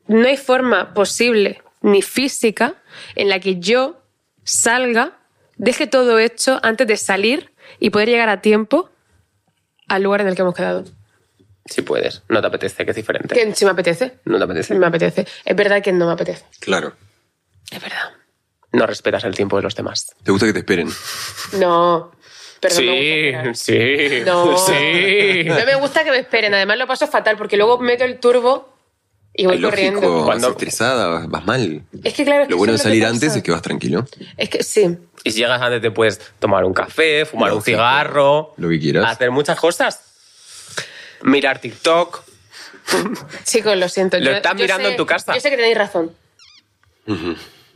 Speaker 1: no hay forma posible ni física en la que yo salga, deje todo hecho antes de salir y poder llegar a tiempo al lugar en el que hemos quedado.
Speaker 2: Sí puedes. No te apetece, que es diferente.
Speaker 1: Que si me apetece,
Speaker 2: No te
Speaker 1: si
Speaker 2: apetece.
Speaker 1: me apetece. Es verdad que no me apetece.
Speaker 3: Claro.
Speaker 1: Es verdad.
Speaker 2: No respetas el tiempo de los demás.
Speaker 3: Te gusta que te esperen.
Speaker 1: No. Pero no me gusta
Speaker 2: sí,
Speaker 1: esperar.
Speaker 2: sí.
Speaker 1: No.
Speaker 2: Sí.
Speaker 1: No me gusta que me esperen. Además, lo paso fatal porque luego meto el turbo y voy
Speaker 3: Es Ah, lógico,
Speaker 1: corriendo.
Speaker 3: vas
Speaker 2: Cuando-
Speaker 3: estresada, vas, vas mal.
Speaker 1: Es que, claro, es que
Speaker 3: Lo bueno de
Speaker 1: eso es lo
Speaker 3: salir
Speaker 1: que pasa.
Speaker 3: antes es que vas tranquilo.
Speaker 1: Es que sí.
Speaker 2: Y si llegas antes, te puedes tomar un café, fumar un
Speaker 3: Lógico.
Speaker 2: cigarro.
Speaker 3: Lo que quieras.
Speaker 2: Hacer muchas cosas. Mirar TikTok.
Speaker 1: Chicos, lo siento.
Speaker 2: Lo estás mirando
Speaker 1: sé-
Speaker 2: en tu casa.
Speaker 1: Yo sé que tenéis razón,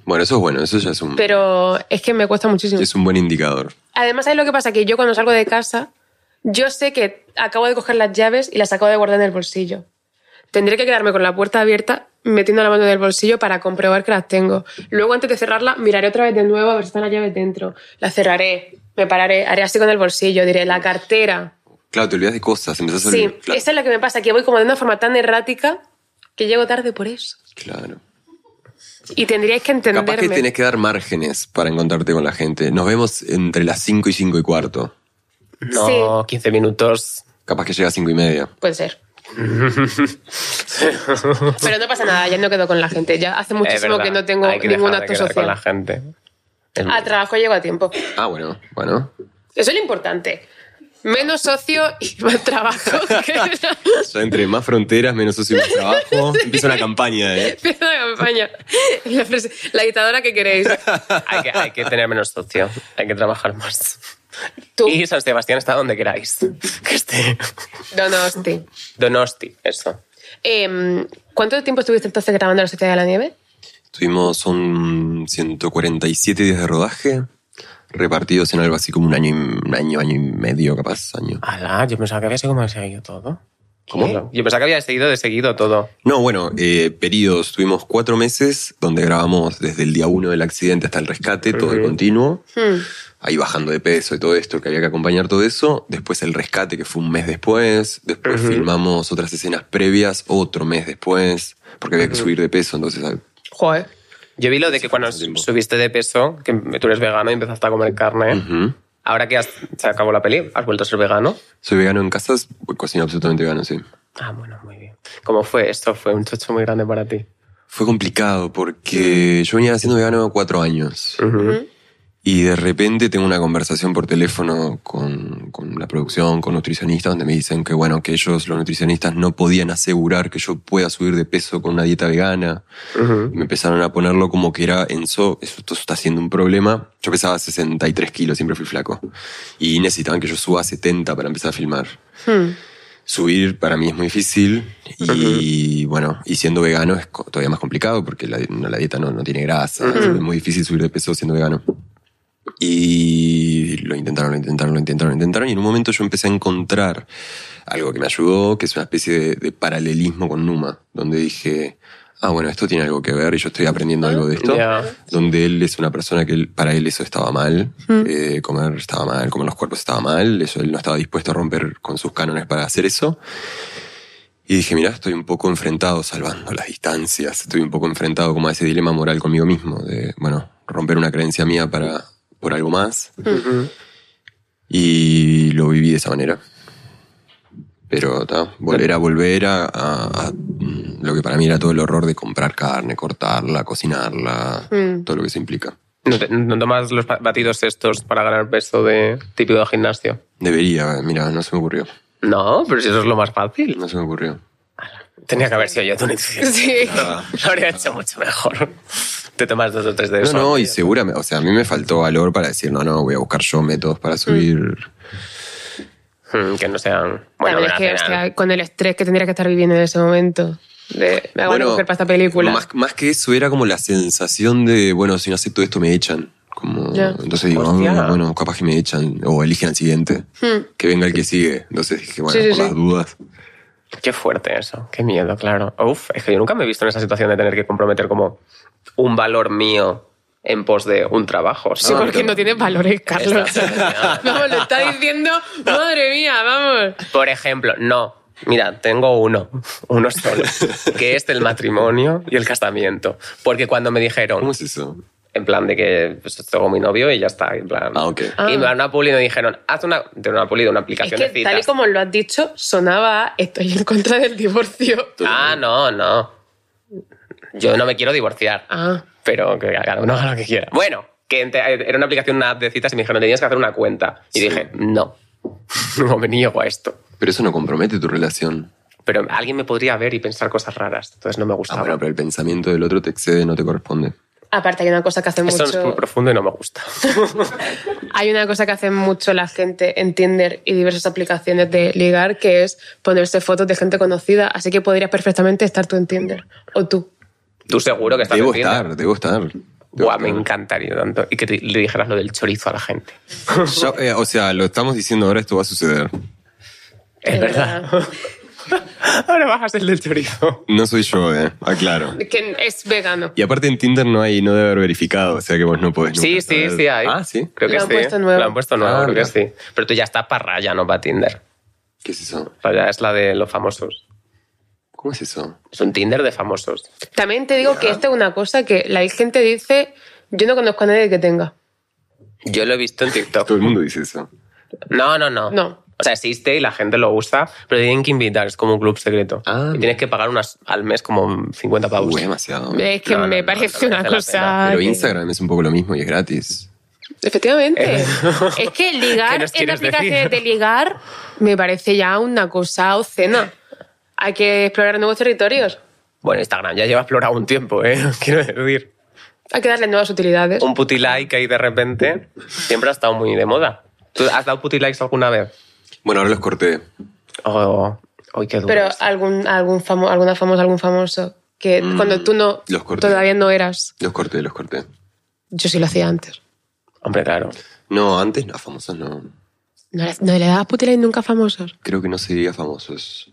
Speaker 3: Bueno, eso es bueno, eso ya es un,
Speaker 1: pero es que me cuesta muchísimo.
Speaker 3: es un buen indicador.
Speaker 1: Además, ¿sabes lo que pasa? Que yo cuando salgo de casa, yo sé que acabo de coger las llaves y las acabo de guardar en el bolsillo. Tendré que quedarme con la puerta abierta metiendo la mano en el bolsillo para comprobar que las tengo. Luego, antes de cerrarla, miraré otra vez de nuevo a ver si están las llaves dentro. La cerraré, me pararé, haré así con el bolsillo, diré la cartera.
Speaker 3: Claro, te olvidas de cosas, empezás a
Speaker 1: Sí,
Speaker 3: olvidar- Claro,
Speaker 1: eso es lo que me pasa, que voy como de una forma tan errática que llego tarde por eso.
Speaker 3: claro.
Speaker 1: Y tendríais que entenderme.
Speaker 3: Capaz que tenés que dar márgenes para encontrarte con la gente. Nos vemos entre las 5 y 5 y cuarto.
Speaker 2: No, 15 minutos.
Speaker 3: Capaz que llega a 5 y media.
Speaker 1: Puede ser. Pero no pasa nada, ya no quedo con la gente. Ya hace
Speaker 2: Es
Speaker 1: muchísimo
Speaker 2: verdad,
Speaker 1: que no tengo
Speaker 2: hay que
Speaker 1: ningún
Speaker 2: dejar
Speaker 1: acto
Speaker 2: de quedar
Speaker 1: social.
Speaker 2: con la gente. Es
Speaker 1: A trabajo llego a tiempo.
Speaker 3: Ah, bueno, bueno.
Speaker 1: Eso es lo importante. Menos socio y más trabajo.
Speaker 3: Ya entre más fronteras, menos socio y más trabajo. Empieza una campaña, ¿eh?
Speaker 1: Empieza la campaña. La, pres- la dictadora que queréis.
Speaker 2: hay, que, hay que tener menos socio, hay que trabajar más.
Speaker 1: Tú,
Speaker 2: Y San Sebastián está donde queráis. Que esté.
Speaker 1: Donosti.
Speaker 2: Donosti, eso.
Speaker 1: Em, ¿Cuánto tiempo estuviste entonces grabando La Sociedad de la Nieve?
Speaker 3: Tuvimos son 147 días de rodaje, repartidos en algo así como un año y, un año, año y medio, capaz, año.
Speaker 2: Alá, yo pensaba que había seguido de seguido todo.
Speaker 3: ¿Cómo?
Speaker 2: Yo pensaba que había seguido de seguido todo.
Speaker 3: No, bueno, eh, periodos. Tuvimos cuatro meses donde grabamos desde el día uno del accidente hasta el rescate, todo el continuo.
Speaker 1: Hmm.
Speaker 3: Ahí bajando de peso y todo esto, que había que acompañar todo eso. Después el rescate, que fue un mes después. Después filmamos otras escenas previas, otro mes después, porque había que subir de peso. Entonces, ah,
Speaker 1: Joder.
Speaker 2: Yo vi lo de que cuando
Speaker 3: hace tiempo.
Speaker 2: subiste de peso, que tú eres vegano y empezaste a comer carne,
Speaker 3: ujú.
Speaker 2: ahora que has- se acabó la peli, has vuelto a ser vegano.
Speaker 3: soy vegano en casa, cocino absolutamente vegano, sí.
Speaker 2: Ah, bueno, muy bien. ¿Cómo fue esto? Fue un chocho muy grande para ti.
Speaker 3: Fue complicado porque yo venía siendo vegano cuatro años.
Speaker 2: Ujú.
Speaker 3: Y de repente tengo una conversación por teléfono con, con la producción, con nutricionistas, donde me dicen que, bueno, que ellos, los nutricionistas, no podían asegurar que yo pueda subir de peso con una dieta vegana. Y Me empezaron a ponerlo como que era Enzo, esto está siendo un problema. Yo pesaba 63 kilos, siempre fui flaco. Y necesitaban que yo suba a 70 para empezar a filmar.
Speaker 1: Hmm.
Speaker 3: Subir para mí es muy difícil y bueno, y siendo vegano es co- todavía más complicado porque la, no, la dieta no, no tiene grasa, es muy difícil subir de peso siendo vegano. Y lo intentaron, lo intentaron, lo intentaron, lo intentaron. Y en un momento yo empecé a encontrar algo que me ayudó, que es una especie de, de paralelismo con Numa, donde dije, ah, bueno, esto tiene algo que ver y yo estoy aprendiendo algo de esto.
Speaker 2: Ya.
Speaker 3: Donde él es una persona que él- para él eso estaba mal, eh, comer estaba mal, comer los cuerpos estaba mal, eso él no estaba dispuesto a romper con sus cánones para hacer eso. Y dije, mira, estoy un poco enfrentado, salvando las distancias, estoy un poco enfrentado como a ese dilema moral conmigo mismo, de, bueno, romper una creencia mía para, por algo más. Y lo viví de esa manera. Pero ta, volver a volver a, a- a, mm, lo que para mí era todo el horror de comprar carne, cortarla, cocinarla, todo lo que se implica.
Speaker 2: ¿No, te- no tomas los ba- batidos estos para ganar peso de típico de gimnasio?
Speaker 3: Debería, eh, mira, no se me ocurrió.
Speaker 2: No, pero si eso es lo más fácil.
Speaker 3: No se me ocurrió.
Speaker 2: Tenía que haber sido yo tu nutricionista.
Speaker 1: Sí.
Speaker 2: Lo habría hecho mucho mejor. Te tomas dos o tres de
Speaker 3: No,
Speaker 2: eso.
Speaker 3: no, y seguramente, o sea, a mí me faltó valor para decir, no, no, voy a buscar yo métodos para subir.
Speaker 2: Mm, Que no sean. Bueno,
Speaker 1: También es que,
Speaker 2: gracias.
Speaker 1: hostia, con el estrés que tendría que estar viviendo en ese momento. De, me hago una mujer para esta película.
Speaker 3: Más, más que eso, era como la sensación de, bueno, si no acepto esto, me echan. Como,
Speaker 1: Ya.
Speaker 3: Entonces digo,
Speaker 2: Hostia.
Speaker 3: "Ah, bueno, capaz que me echan, o eligen al siguiente, que venga el que sigue. Entonces dije, bueno,
Speaker 1: Hmm. Sí, sí,
Speaker 3: por
Speaker 1: sí.
Speaker 3: las dudas.
Speaker 2: Qué fuerte eso, qué miedo, claro. Uf, es que yo nunca me he visto en esa situación de tener que comprometer como un valor mío en pos de un trabajo. Ah,
Speaker 1: Sí,
Speaker 2: ¿sabes?
Speaker 1: porque no tiene valores, Carlos.
Speaker 2: Está-
Speaker 1: vamos, lo está diciendo, madre mía, vamos.
Speaker 2: Por ejemplo, no. Mira, tengo uno, uno solo, que es el matrimonio y el casamiento. Porque cuando me
Speaker 3: ¿Cómo
Speaker 2: dijeron,
Speaker 3: es eso?
Speaker 2: en plan de que pues, estoy con mi novio y ya está, en plan.
Speaker 3: Ah, ok.
Speaker 2: Y me van a una publi y me dijeron, haz una, de una publi, de una
Speaker 1: Es
Speaker 2: aplicación
Speaker 1: que
Speaker 2: de citas.
Speaker 1: tal y como lo has dicho, sonaba estoy en contra del divorcio.
Speaker 2: Ah, no, no. Yo no me quiero divorciar.
Speaker 1: Ah,
Speaker 2: pero que cada uno haga lo que quiera. Bueno, que ente- era una aplicación, una app de citas y me dijeron, tenías que hacer una cuenta. Y
Speaker 3: Sí.
Speaker 2: dije, no, no me niego a esto.
Speaker 3: Pero eso no compromete tu relación.
Speaker 2: Pero alguien me podría ver y pensar cosas raras, entonces no me
Speaker 3: Ah,
Speaker 2: gustaba.
Speaker 3: bueno, pero el pensamiento del otro te excede, no te corresponde.
Speaker 1: aparte hay una cosa que hace
Speaker 2: Esto es muy
Speaker 1: mucho.
Speaker 2: profundo y no me gusta.
Speaker 1: Hay una cosa que hace mucho la gente en Tinder y diversas aplicaciones de ligar, que es ponerse fotos de gente conocida. Así que podrías perfectamente estar tú en Tinder. O tú.
Speaker 2: Tú seguro que estás
Speaker 3: Debo
Speaker 2: en Tinder.
Speaker 3: estar, debo estar. Debo
Speaker 2: Buah,
Speaker 3: estar.
Speaker 2: me encantaría tanto. Y que te- le dijeras lo del chorizo a la gente.
Speaker 3: Ya, eh, o sea, lo estamos diciendo ahora, esto va a suceder.
Speaker 2: Es verdad. Ahora bajas el del chorizo.
Speaker 3: No soy yo, eh, aclaro.
Speaker 1: Que es vegano.
Speaker 3: Y aparte en Tinder no hay, no debe haber verificado, o sea que vos no podés. nunca
Speaker 2: Sí, sí,
Speaker 3: saber.
Speaker 2: sí hay.
Speaker 3: Ah, sí.
Speaker 2: Creo que
Speaker 1: Lo han
Speaker 2: sí.
Speaker 1: puesto nuevo.
Speaker 2: Lo han puesto nuevo,
Speaker 3: Ah,
Speaker 2: creo que
Speaker 3: mira.
Speaker 2: sí. Pero tú ya estás para Raya, no para Tinder.
Speaker 3: ¿Qué es eso?
Speaker 2: Raya es la de los famosos.
Speaker 3: ¿Cómo es eso?
Speaker 2: Es un Tinder de famosos.
Speaker 1: También te digo que esta es una cosa que la gente dice, yo no conozco a nadie que tenga.
Speaker 2: Yo lo he visto en TikTok.
Speaker 3: Todo el mundo dice eso.
Speaker 2: No, no, no.
Speaker 1: No.
Speaker 2: O sea, existe y la gente lo usa, pero tienen que invitar, es como un club secreto.
Speaker 3: Ah,
Speaker 2: y tienes que pagar unas, al mes como 50 pavos.
Speaker 3: Uy, demasiado.
Speaker 1: Es que
Speaker 2: No, no,
Speaker 1: me
Speaker 2: no,
Speaker 1: parece
Speaker 2: no merece
Speaker 1: una
Speaker 2: la
Speaker 1: cosa...
Speaker 2: pena.
Speaker 3: Pero
Speaker 1: que-
Speaker 3: Instagram es un poco lo mismo y es gratis.
Speaker 1: Efectivamente. es que
Speaker 2: ¿Qué
Speaker 1: ligar
Speaker 2: nos
Speaker 1: en
Speaker 2: quieres
Speaker 1: aplicaciones
Speaker 2: decir?
Speaker 1: de ligar me parece ya una cosa obscena. Hay que explorar nuevos territorios.
Speaker 2: Bueno, Instagram ya lleva explorado un tiempo, ¿eh? Quiero decir.
Speaker 1: Hay que darle nuevas utilidades.
Speaker 2: Un putty like ahí de repente siempre ha estado muy de moda. ¿Tú has dado putty likes alguna vez?
Speaker 3: Bueno, ahora los corté.
Speaker 2: Oh, hoy qué duro.
Speaker 1: Pero
Speaker 2: es.
Speaker 1: algún, algún famo- alguna famosa, algún famoso que
Speaker 2: Mm,
Speaker 1: cuando tú no
Speaker 3: los corté.
Speaker 1: todavía no eras,
Speaker 3: Los corté, los corté.
Speaker 1: yo sí lo hacía antes.
Speaker 2: Hombre, claro.
Speaker 3: No, antes no, a famosos no.
Speaker 1: No, le- no le dabas putela y nunca a famosos.
Speaker 3: Creo que no sería famosos.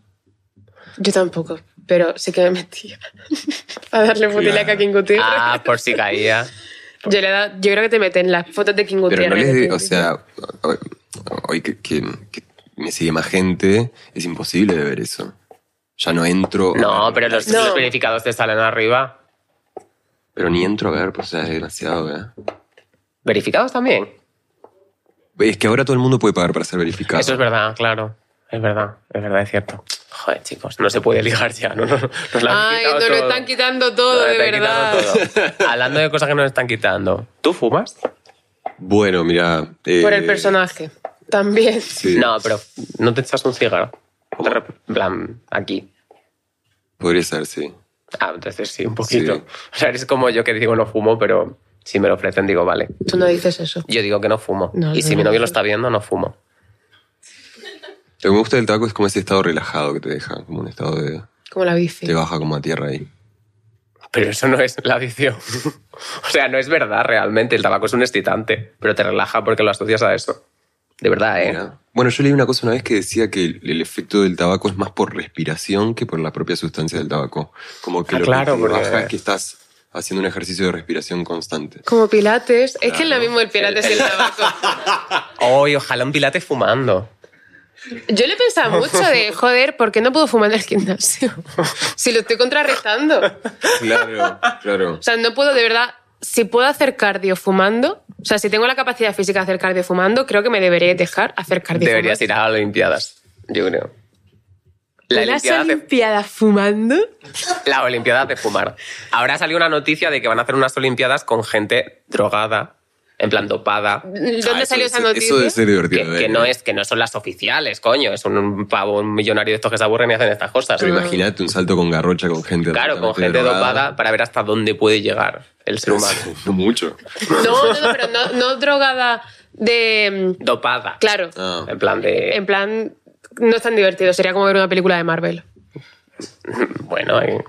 Speaker 1: Yo tampoco, pero sí que me metía a darle putela
Speaker 3: Claro.
Speaker 1: a King Gutiérrez.
Speaker 2: Ah, por si caía.
Speaker 1: Yo, le he dado- yo creo que te meten las fotos de King
Speaker 3: Pero
Speaker 1: Gutiérrez.
Speaker 3: no les.
Speaker 1: de
Speaker 3: de-
Speaker 1: King
Speaker 3: o sea, hoy, hoy que, que- que me sigue más gente, es imposible de ver eso. Ya no entro. a
Speaker 2: No,
Speaker 3: ver.
Speaker 2: pero los,
Speaker 1: No.
Speaker 2: los verificados te salen arriba.
Speaker 3: Pero ni entro a ver, pues, o sea, es demasiado, ¿eh?
Speaker 2: ¿Verificados también?
Speaker 3: Es que ahora todo el mundo puede pagar para ser verificado.
Speaker 2: Eso es verdad, claro. Es verdad, es verdad, es cierto. Joder, chicos, no se puede ligar ya. No, no, nos lo han
Speaker 1: Ay,
Speaker 2: quitado
Speaker 1: nos lo
Speaker 2: todo.
Speaker 1: están quitando todo,
Speaker 2: Nos lo
Speaker 1: de
Speaker 2: están
Speaker 1: verdad.
Speaker 2: quitando todo. Hablando de cosas que nos están quitando, ¿tú fumas?
Speaker 3: Bueno, mira. eh,
Speaker 1: Por el personaje. También.
Speaker 3: sí.
Speaker 2: No, pero no te echas un cigarro. De rep- en plan, aquí.
Speaker 3: Podría ser, sí.
Speaker 2: Ah, entonces sí, un poquito.
Speaker 3: Sí.
Speaker 2: O sea, es como yo que digo no fumo, pero si me lo ofrecen digo vale.
Speaker 1: Tú no dices eso.
Speaker 2: Yo digo que no fumo.
Speaker 1: No,
Speaker 2: y
Speaker 1: no,
Speaker 2: si mi
Speaker 1: no.
Speaker 2: novio lo está viendo, no fumo.
Speaker 3: Lo que me gusta del tabaco es como ese estado relajado que te deja, como un estado de.
Speaker 1: Como la bici.
Speaker 3: Te baja como a tierra ahí.
Speaker 2: Pero eso no es la adicción. o sea, no es verdad realmente. El tabaco es un excitante, pero te relaja porque lo asocias a eso. De verdad, ¿eh?
Speaker 3: Mira. Bueno, yo leí una cosa una vez que decía que el, el efecto del tabaco es más por respiración que por la propia sustancia del tabaco. Como que
Speaker 2: Ah,
Speaker 3: lo
Speaker 2: claro,
Speaker 3: que te
Speaker 2: porque-
Speaker 3: baja es que estás haciendo un ejercicio de respiración constante.
Speaker 1: Como pilates. Es que es lo mismo el pilates y el tabaco.
Speaker 2: Hoy, ojalá un pilate fumando.
Speaker 1: Yo le pensaba mucho de, joder, ¿por qué no puedo fumar en el gimnasio? Si lo estoy contrarrestando.
Speaker 3: Claro, claro.
Speaker 1: O sea, no puedo de verdad. Si puedo hacer cardio fumando, o sea, si tengo la capacidad física de hacer cardio fumando, creo que me debería dejar hacer cardio
Speaker 2: Deberías
Speaker 1: fumando.
Speaker 2: ir a las Olimpiadas, yo creo. La
Speaker 1: ¿Unas
Speaker 2: Olimpiada de-
Speaker 1: olimpiadas fumando?
Speaker 2: La Olimpiada de fumar. Ahora salió una noticia de que van a hacer unas Olimpiadas con gente drogada, en plan dopada.
Speaker 1: ¿Dónde
Speaker 3: Ah,
Speaker 1: salió
Speaker 3: eso
Speaker 1: esa
Speaker 3: debe ser-
Speaker 1: noticia?
Speaker 3: Eso debe ser divertido.
Speaker 2: Que,
Speaker 3: de ver,
Speaker 2: que no es, que no son las oficiales, coño. Es un, un pavo, un millonario de estos que se aburren y hacen estas cosas.
Speaker 3: Pero imagínate un salto con garrocha con gente.
Speaker 2: Claro, con
Speaker 3: absolutamente
Speaker 2: gente
Speaker 3: drogada.
Speaker 2: dopada para ver hasta dónde puede llegar el ser humano.
Speaker 3: No mucho.
Speaker 1: No, no, no, pero no, no drogada de...
Speaker 2: Dopada.
Speaker 1: Claro, Em,
Speaker 3: Ah.
Speaker 2: En plan de.
Speaker 1: en plan, no es tan divertido, sería como ver una película de Marvel.
Speaker 2: Bueno, eh,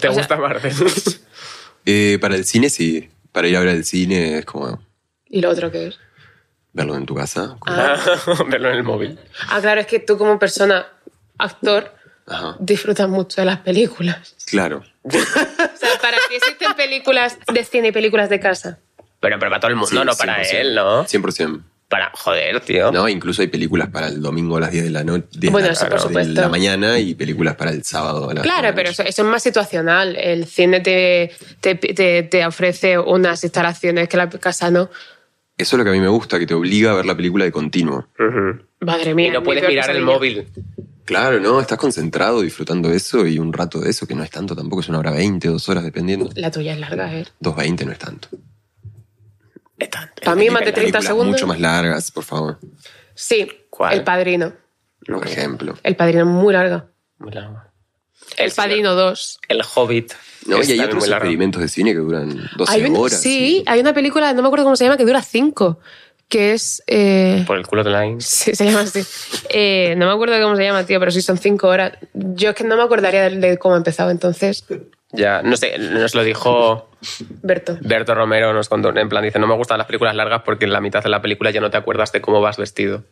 Speaker 2: ¿te gusta Marvel?
Speaker 3: Eh, para el cine sí. Para ir a ver al cine es como
Speaker 1: ¿Y lo otro qué es?
Speaker 3: verlo en tu casa. con-
Speaker 1: Ah,
Speaker 2: Verlo en el móvil.
Speaker 1: ah, claro, es que tú como persona, actor,
Speaker 3: Ajá.
Speaker 1: disfrutas mucho de las películas.
Speaker 3: Claro.
Speaker 1: O sea, para ti existen películas de cine y películas de casa.
Speaker 2: Pero, pero para todo el mundo, no para él, ¿no?
Speaker 3: 100%.
Speaker 2: Para, joder, tío.
Speaker 3: No, incluso hay películas para el domingo a las 10 de la noche.
Speaker 1: Bueno,
Speaker 3: de la,
Speaker 1: eso por
Speaker 3: de
Speaker 1: supuesto.
Speaker 3: la mañana y películas para el sábado a las
Speaker 1: Claro,
Speaker 3: 10 de la
Speaker 1: pero
Speaker 3: noche.
Speaker 1: eso, eso es más situacional. El cine te, te, te- te ofrece unas instalaciones que la casa no.
Speaker 3: Eso es lo que a mí me gusta, que te obliga a ver la película de continuo.
Speaker 2: Ujú.
Speaker 1: Madre mía.
Speaker 2: y no
Speaker 1: ni
Speaker 2: puedes
Speaker 1: peor
Speaker 2: mirar
Speaker 1: cosa
Speaker 2: el
Speaker 1: niña.
Speaker 2: móvil.
Speaker 3: Claro, ¿no? Estás concentrado disfrutando de eso y un rato de eso, que no es tanto tampoco, es una hora 20, dos horas, dependiendo.
Speaker 1: La tuya es larga, ¿eh?
Speaker 3: 2.20 no es tanto.
Speaker 1: Para mí, más de 30
Speaker 3: Hay películas
Speaker 1: segundos.
Speaker 3: mucho más largas, por favor.
Speaker 1: Sí,
Speaker 2: ¿Cuál?
Speaker 1: El Padrino.
Speaker 3: Por ejemplo.
Speaker 1: El Padrino es muy larga.
Speaker 2: Mira.
Speaker 1: El,
Speaker 2: señor-
Speaker 1: Padrino 2.
Speaker 2: El Hobbit.
Speaker 3: No,
Speaker 2: que
Speaker 3: y hay
Speaker 2: está
Speaker 3: otros
Speaker 2: muy largo.
Speaker 3: experimentos de cine que duran 12
Speaker 1: Hay un-
Speaker 3: horas.
Speaker 1: sí,
Speaker 3: y-
Speaker 1: hay una película, no me acuerdo cómo se llama, que dura 5. Que es... eh,
Speaker 2: Por el culo de la Inch.
Speaker 1: Sí, se llama así. Eh, no me acuerdo cómo se llama, tío, pero sí son cinco horas. Yo es que no me acordaría de, de cómo empezaba entonces.
Speaker 2: Ya, no sé, nos lo dijo
Speaker 1: Berto.
Speaker 2: Berto Romero, nos contó, en plan, dice, no me gustan las películas largas porque en la mitad de la película ya no te acuerdas de cómo vas vestido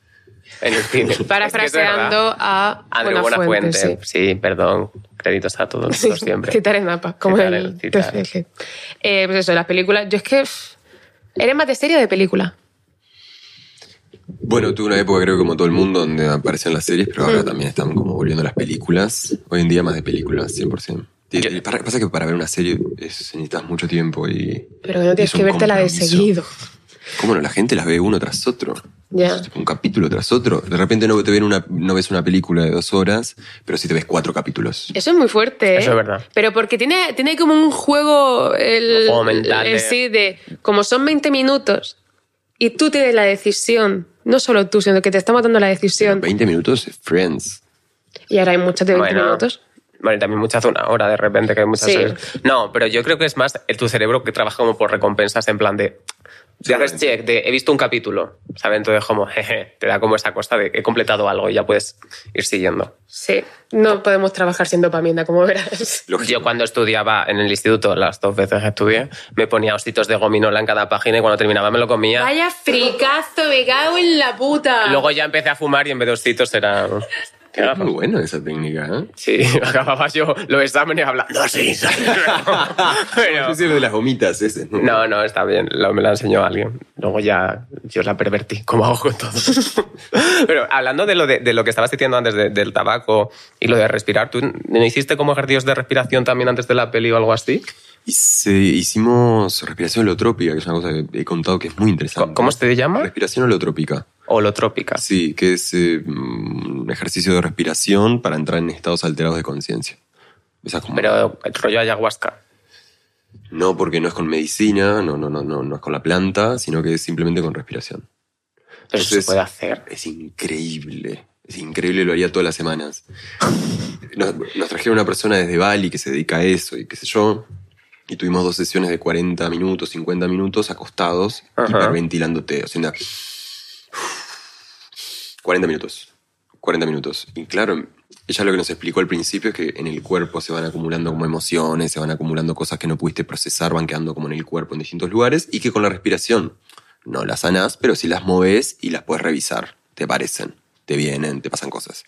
Speaker 2: en el cine.
Speaker 1: Parafraseando a
Speaker 2: Andrew
Speaker 1: Buenafuente,
Speaker 2: Buenafuente.
Speaker 1: sí.
Speaker 2: sí. perdón, créditos a todos nosotros siempre.
Speaker 1: Citar en mapa, como
Speaker 2: Citar
Speaker 1: el
Speaker 2: en- citar.
Speaker 1: TCG. Eh, pues eso, las películas. Yo es que. pff, ¿Eres más de serie o de película?
Speaker 3: Bueno, tuve una época, creo que como todo el mundo, donde aparecían las series, pero
Speaker 1: Mm.
Speaker 3: ahora también están como volviendo las películas. Hoy en día más de películas, 100%. Y-
Speaker 2: Yo-
Speaker 3: y para- pasa que para ver una serie es- necesitas mucho tiempo y...
Speaker 1: Pero que no
Speaker 3: y
Speaker 1: tienes
Speaker 3: es un
Speaker 1: que verte la de
Speaker 3: compromiso.
Speaker 1: seguido.
Speaker 3: ¿Cómo no? La gente las ve uno tras otro.
Speaker 1: Ya.
Speaker 3: Es tipo Un capítulo tras otro. De repente no, te ven una, no ves una película de dos horas, pero sí te ves cuatro capítulos.
Speaker 1: Eso es muy fuerte. ¿eh?
Speaker 2: Eso es verdad.
Speaker 1: Pero porque tiene, tiene como un juego. El,
Speaker 2: Un juego mental
Speaker 1: el-
Speaker 2: de-
Speaker 1: sí, de. Como son 20 minutos y tú tienes la decisión, no solo tú, sino que te está matando la decisión.
Speaker 3: 20 minutos es Friends.
Speaker 1: Y ahora hay muchas de 20 minutos.
Speaker 2: Vale, también muchas de una hora de repente, que hay muchas
Speaker 1: Sí.
Speaker 2: series. No, pero yo creo que es más el- tu cerebro que trabaja como por recompensas en plan de. Te haces check de he visto un capítulo, ¿sabes? Entonces, como, jeje, te da como esa cosa de he completado algo y ya puedes ir siguiendo.
Speaker 1: Sí, no podemos trabajar sin dopamina, como verás.
Speaker 2: Yo cuando estudiaba en el instituto, las dos veces que estudié, me ponía ositos de gominola en cada página y cuando terminaba me lo comía.
Speaker 1: Vaya fricazo, me cago en la puta.
Speaker 2: Luego ya empecé a fumar y en vez de ositos era... ¿Qué
Speaker 3: Es
Speaker 2: hago?
Speaker 3: muy buena esa técnica, ¿eh?
Speaker 2: Sí, acababa yo los exámenes hablando así. ¿sabes? Pero-
Speaker 3: Yo sé lo de las gomitas ese. ¿no?
Speaker 2: No, no, está bien, lo- me la enseñó alguien. Luego ya yo la pervertí, como hago con todo. Pero hablando de lo, de, de lo que estabas diciendo antes de- del tabaco y lo de respirar, ¿tú no hiciste como ejercicios de respiración también antes de la peli o algo así?
Speaker 3: Y se- hicimos respiración holotrópica, que es una cosa que he contado que es muy interesante.
Speaker 2: Co- ¿Cómo se llama?
Speaker 3: Respiración holotrópica.
Speaker 2: Holotrópica.
Speaker 3: Sí, que es eh, un ejercicio de respiración para entrar en estados alterados de conciencia. Esa es como-
Speaker 2: Pero el rollo ayahuasca.
Speaker 3: No, porque no es con medicina, no, no, no, no, no es con la planta, sino que es simplemente con respiración.
Speaker 2: Pero eso se
Speaker 3: Entonces-
Speaker 2: puede hacer.
Speaker 3: Es increíble. Es increíble, lo haría todas las semanas. Nos, nos trajeron una persona desde Bali que se dedica a eso y qué sé yo. Y tuvimos dos sesiones de 40 minutos, 50 minutos acostados,
Speaker 2: Ajá.
Speaker 3: hiperventilándote, haciendo 40 minutos. 40 minutos. Y claro, ella lo que nos explicó al principio es que en el cuerpo se van acumulando como emociones, se van acumulando cosas que no pudiste procesar, van quedando como en el cuerpo en distintos lugares y que con la respiración no las sanás, pero sí las moves y las puedes revisar. Te parecen, te vienen, te pasan cosas.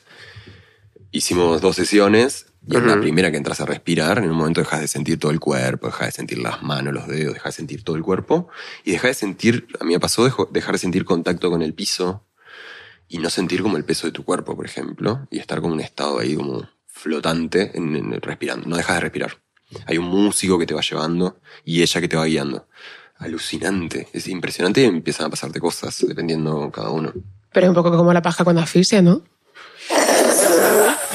Speaker 3: Hicimos dos sesiones y en la primera que entras a respirar, en un momento dejas de sentir todo el cuerpo, dejas de sentir las manos, los dedos, dejas de sentir todo el cuerpo y dejas de sentir, a mí me pasó dejo- dejar de sentir contacto con el piso, y no sentir como el peso de tu cuerpo, por ejemplo, y estar como en un estado ahí como flotante, en- en- respirando. No dejas de respirar. Hay un músico que te va llevando y ella que te va guiando. Alucinante, es impresionante y empiezan a pasarte cosas dependiendo cada uno.
Speaker 1: Pero es un poco como la paja cuando asfixia, ¿no?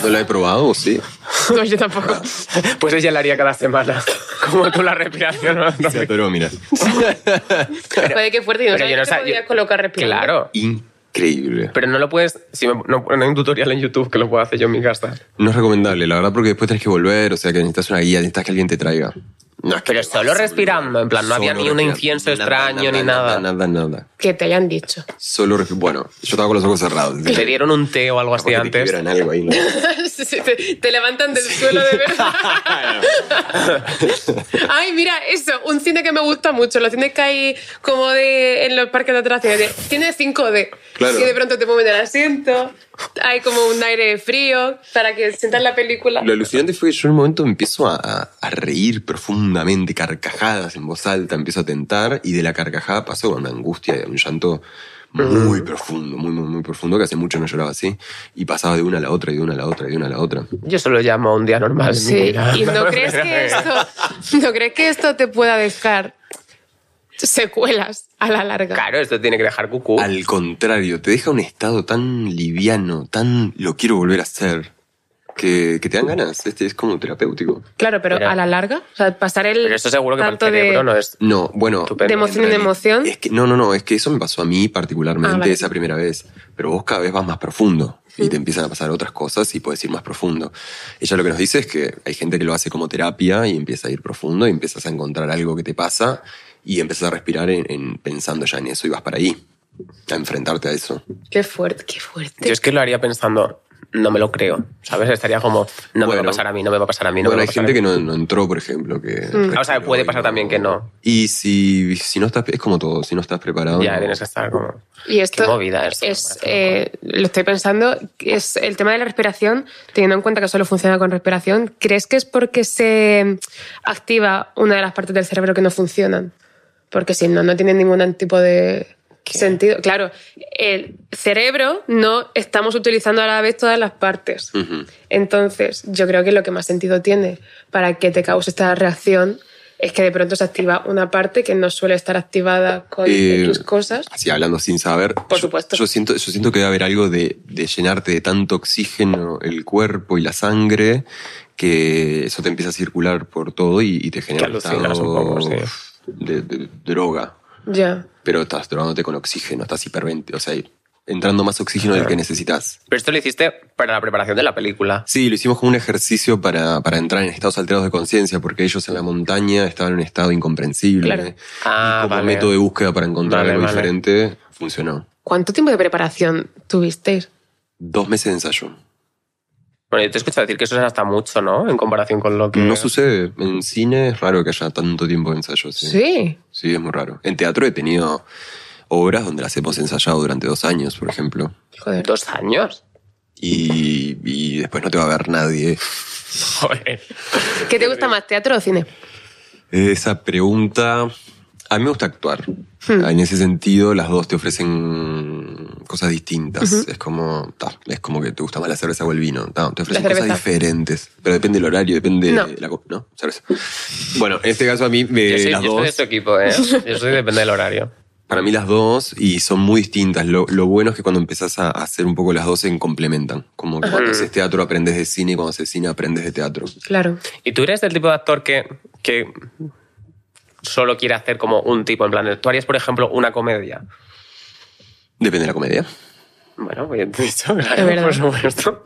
Speaker 3: ¿No lo he probado? Sí.
Speaker 1: No, yo tampoco.
Speaker 2: Pues ella la haría cada semana. Como tú la respiración. ¿no?
Speaker 3: Se atoró, mira.
Speaker 1: Puede que fuerte y no
Speaker 2: Pero
Speaker 1: sabía
Speaker 2: yo no
Speaker 1: que te
Speaker 2: sab- yo-
Speaker 1: podías colocar respirando.
Speaker 2: Claro.
Speaker 3: Increíble.
Speaker 2: Pero no lo puedes. Si me- no, no hay un tutorial en YouTube que lo pueda hacer yo en mi casa.
Speaker 3: No es recomendable, la verdad, porque después tenés que volver, o sea que necesitas una guía, necesitas que alguien te traiga. No, es que
Speaker 2: Pero
Speaker 3: te vas
Speaker 2: solo
Speaker 3: a volver.
Speaker 2: respirando, en plan, no había
Speaker 3: Solo
Speaker 2: ni un
Speaker 3: respirando.
Speaker 2: incienso
Speaker 3: Nada,
Speaker 2: extraño ni nada.
Speaker 3: Nada, nada, nada.
Speaker 1: Que te hayan dicho.
Speaker 3: Solo respi- Bueno, yo estaba con los ojos cerrados.
Speaker 2: Te dieron un té o algo
Speaker 3: Capaz que
Speaker 2: así
Speaker 3: te
Speaker 2: antes.
Speaker 3: escribieron algo ahí, ¿no?
Speaker 1: Sí, sí, te, te levantan del suelo de verdad. Ay, mira, eso, un cine que me gusta mucho, lo tienes que hay como de en los parques de atracciones. de- Tiene 5D.
Speaker 3: Claro.
Speaker 1: Y de pronto te mueven el asiento, hay como un aire frío para que sientas la película.
Speaker 3: Lo alucinante fue que yo en un momento empiezo a, a- a reír profundamente, carcajadas en voz alta, empiezo a tentar y de la carcajada pasó a una angustia, a un llanto muy profundo, muy, muy, muy profundo, que hace mucho no lloraba así, y pasaba de una a la otra, y de una a la otra, y de una a la otra.
Speaker 2: Yo solo llamo a un día normal. en mi
Speaker 1: Sí,
Speaker 2: vida.
Speaker 1: y no crees que esto, no crees que esto te pueda dejar secuelas a la larga.
Speaker 2: Claro, esto tiene que dejar cucú.
Speaker 3: Al contrario, te deja un estado tan liviano, tan lo quiero volver a hacer, que, que te dan ganas, este es como terapéutico.
Speaker 1: Claro, pero,
Speaker 2: Pero-
Speaker 1: a la larga, o sea, pasar el
Speaker 2: Pero eso seguro que para el
Speaker 1: tanto de-
Speaker 2: cerebro no es.
Speaker 3: No, bueno,
Speaker 2: Estupendo.
Speaker 1: De emoción en
Speaker 3: realidad-
Speaker 1: emoción.
Speaker 3: Es que, no, no, no, es que eso me pasó a mí particularmente
Speaker 1: Ah, vale.
Speaker 3: esa primera vez. Pero vos cada vez vas más profundo y te empiezan a pasar otras cosas y puedes ir más profundo. Ella lo que nos dice es que hay gente que lo hace como terapia y empieza a ir profundo y empiezas a encontrar algo que te pasa y empiezas a respirar en- en- pensando ya en eso y vas para ahí, a enfrentarte a eso.
Speaker 1: Qué fuerte, qué fuerte.
Speaker 2: Yo es que lo haría pensando, no me lo creo. ¿Sabes? Estaría como, no me va a
Speaker 3: Bueno.
Speaker 2: pasar a mí, no me va a pasar a mí, no me
Speaker 3: bueno,
Speaker 2: va a
Speaker 3: hay
Speaker 2: pasar
Speaker 3: gente
Speaker 2: a mí.
Speaker 3: que no, no entró, por ejemplo, que...
Speaker 1: Mm.
Speaker 3: respiró
Speaker 2: O sea, puede
Speaker 3: y
Speaker 2: pasar también que no.
Speaker 3: Y si, si no estás, es como todo, si no estás preparado...
Speaker 2: Ya
Speaker 3: no-
Speaker 2: tienes que estar como.
Speaker 1: Y esto
Speaker 2: Qué movida eso, me
Speaker 1: es,
Speaker 2: parece
Speaker 1: eh, lo estoy pensando, es el tema de la respiración, teniendo en cuenta que solo funciona con respiración, ¿crees que es porque se activa una de las partes del cerebro que no funcionan? Porque si no, no tiene ningún tipo de sentido. Claro, el cerebro no estamos utilizando a la vez todas las partes.
Speaker 2: Mm.
Speaker 3: Ujú.
Speaker 1: Entonces, yo creo que lo que más sentido tiene para que te cause esta reacción es que de pronto se activa una parte que no suele estar activada con
Speaker 3: Eh,
Speaker 1: tus cosas.
Speaker 3: Así hablando sin saber.
Speaker 1: Por
Speaker 3: yo-
Speaker 1: supuesto.
Speaker 3: Yo, siento, yo siento que debe haber algo de, de llenarte de tanto oxígeno el cuerpo y la sangre que eso te empieza a circular por todo y, y te genera un
Speaker 2: alucinas
Speaker 3: estado
Speaker 2: un poco, sí.
Speaker 3: de, de droga.
Speaker 1: Ya.
Speaker 3: Pero estás drogándote con oxígeno, estás hipervente, o sea, entrando más oxígeno del que necesitas.
Speaker 2: Pero esto lo hiciste para la preparación de la película.
Speaker 3: Sí, lo hicimos como un ejercicio para, para entrar en estados alterados de conciencia, porque ellos en la montaña estaban en un estado incomprensible.
Speaker 1: Claro.
Speaker 2: Ah,
Speaker 3: y como
Speaker 2: vale.
Speaker 3: método de búsqueda para encontrar
Speaker 2: Vale,
Speaker 3: algo
Speaker 2: vale.
Speaker 3: diferente, funcionó.
Speaker 1: ¿Cuánto tiempo de preparación tuvisteis?
Speaker 3: Dos meses de ensayo.
Speaker 2: Bueno, yo te he escuchado decir que eso es hasta mucho, ¿no? En comparación con lo que.
Speaker 3: No sucede. En cine es raro que haya tanto tiempo de ensayo. Sí.
Speaker 1: Sí.
Speaker 3: Sí, es muy raro. En teatro he tenido obras donde las hemos ensayado durante dos años, por ejemplo.
Speaker 1: Joder.
Speaker 2: Dos años.
Speaker 3: Y, y después no te va a ver nadie.
Speaker 2: Joder.
Speaker 1: ¿Qué te gusta más, teatro o cine?
Speaker 3: Esa pregunta... A mí me gusta actuar.
Speaker 1: Hmm.
Speaker 3: En ese sentido, las dos te ofrecen cosas distintas. Es como ta, es como que te gusta más la cerveza o el vino. Ta, te ofrecen cosas
Speaker 1: cerveza.
Speaker 3: diferentes. Pero depende del horario, depende
Speaker 1: No.
Speaker 3: de la... co- ¿No? Cerveza. Bueno, en este caso a mí... me-
Speaker 2: Yo soy,
Speaker 3: las
Speaker 2: yo soy
Speaker 3: dos,
Speaker 2: de este equipo, ¿eh? Yo soy depende del horario.
Speaker 3: Para mí las dos y son muy distintas. Lo, lo bueno es que cuando empezás a hacer un poco las dos se complementan. Como que cuando haces teatro aprendes de cine y cuando haces cine aprendes de teatro.
Speaker 1: Claro.
Speaker 2: ¿Y tú eres del tipo de actor que, que solo quiere hacer como un tipo. En plan, tú harías, por ejemplo, una comedia.
Speaker 3: Depende de la comedia.
Speaker 2: Bueno, bien dicho, claro,
Speaker 1: verdad.
Speaker 2: por supuesto.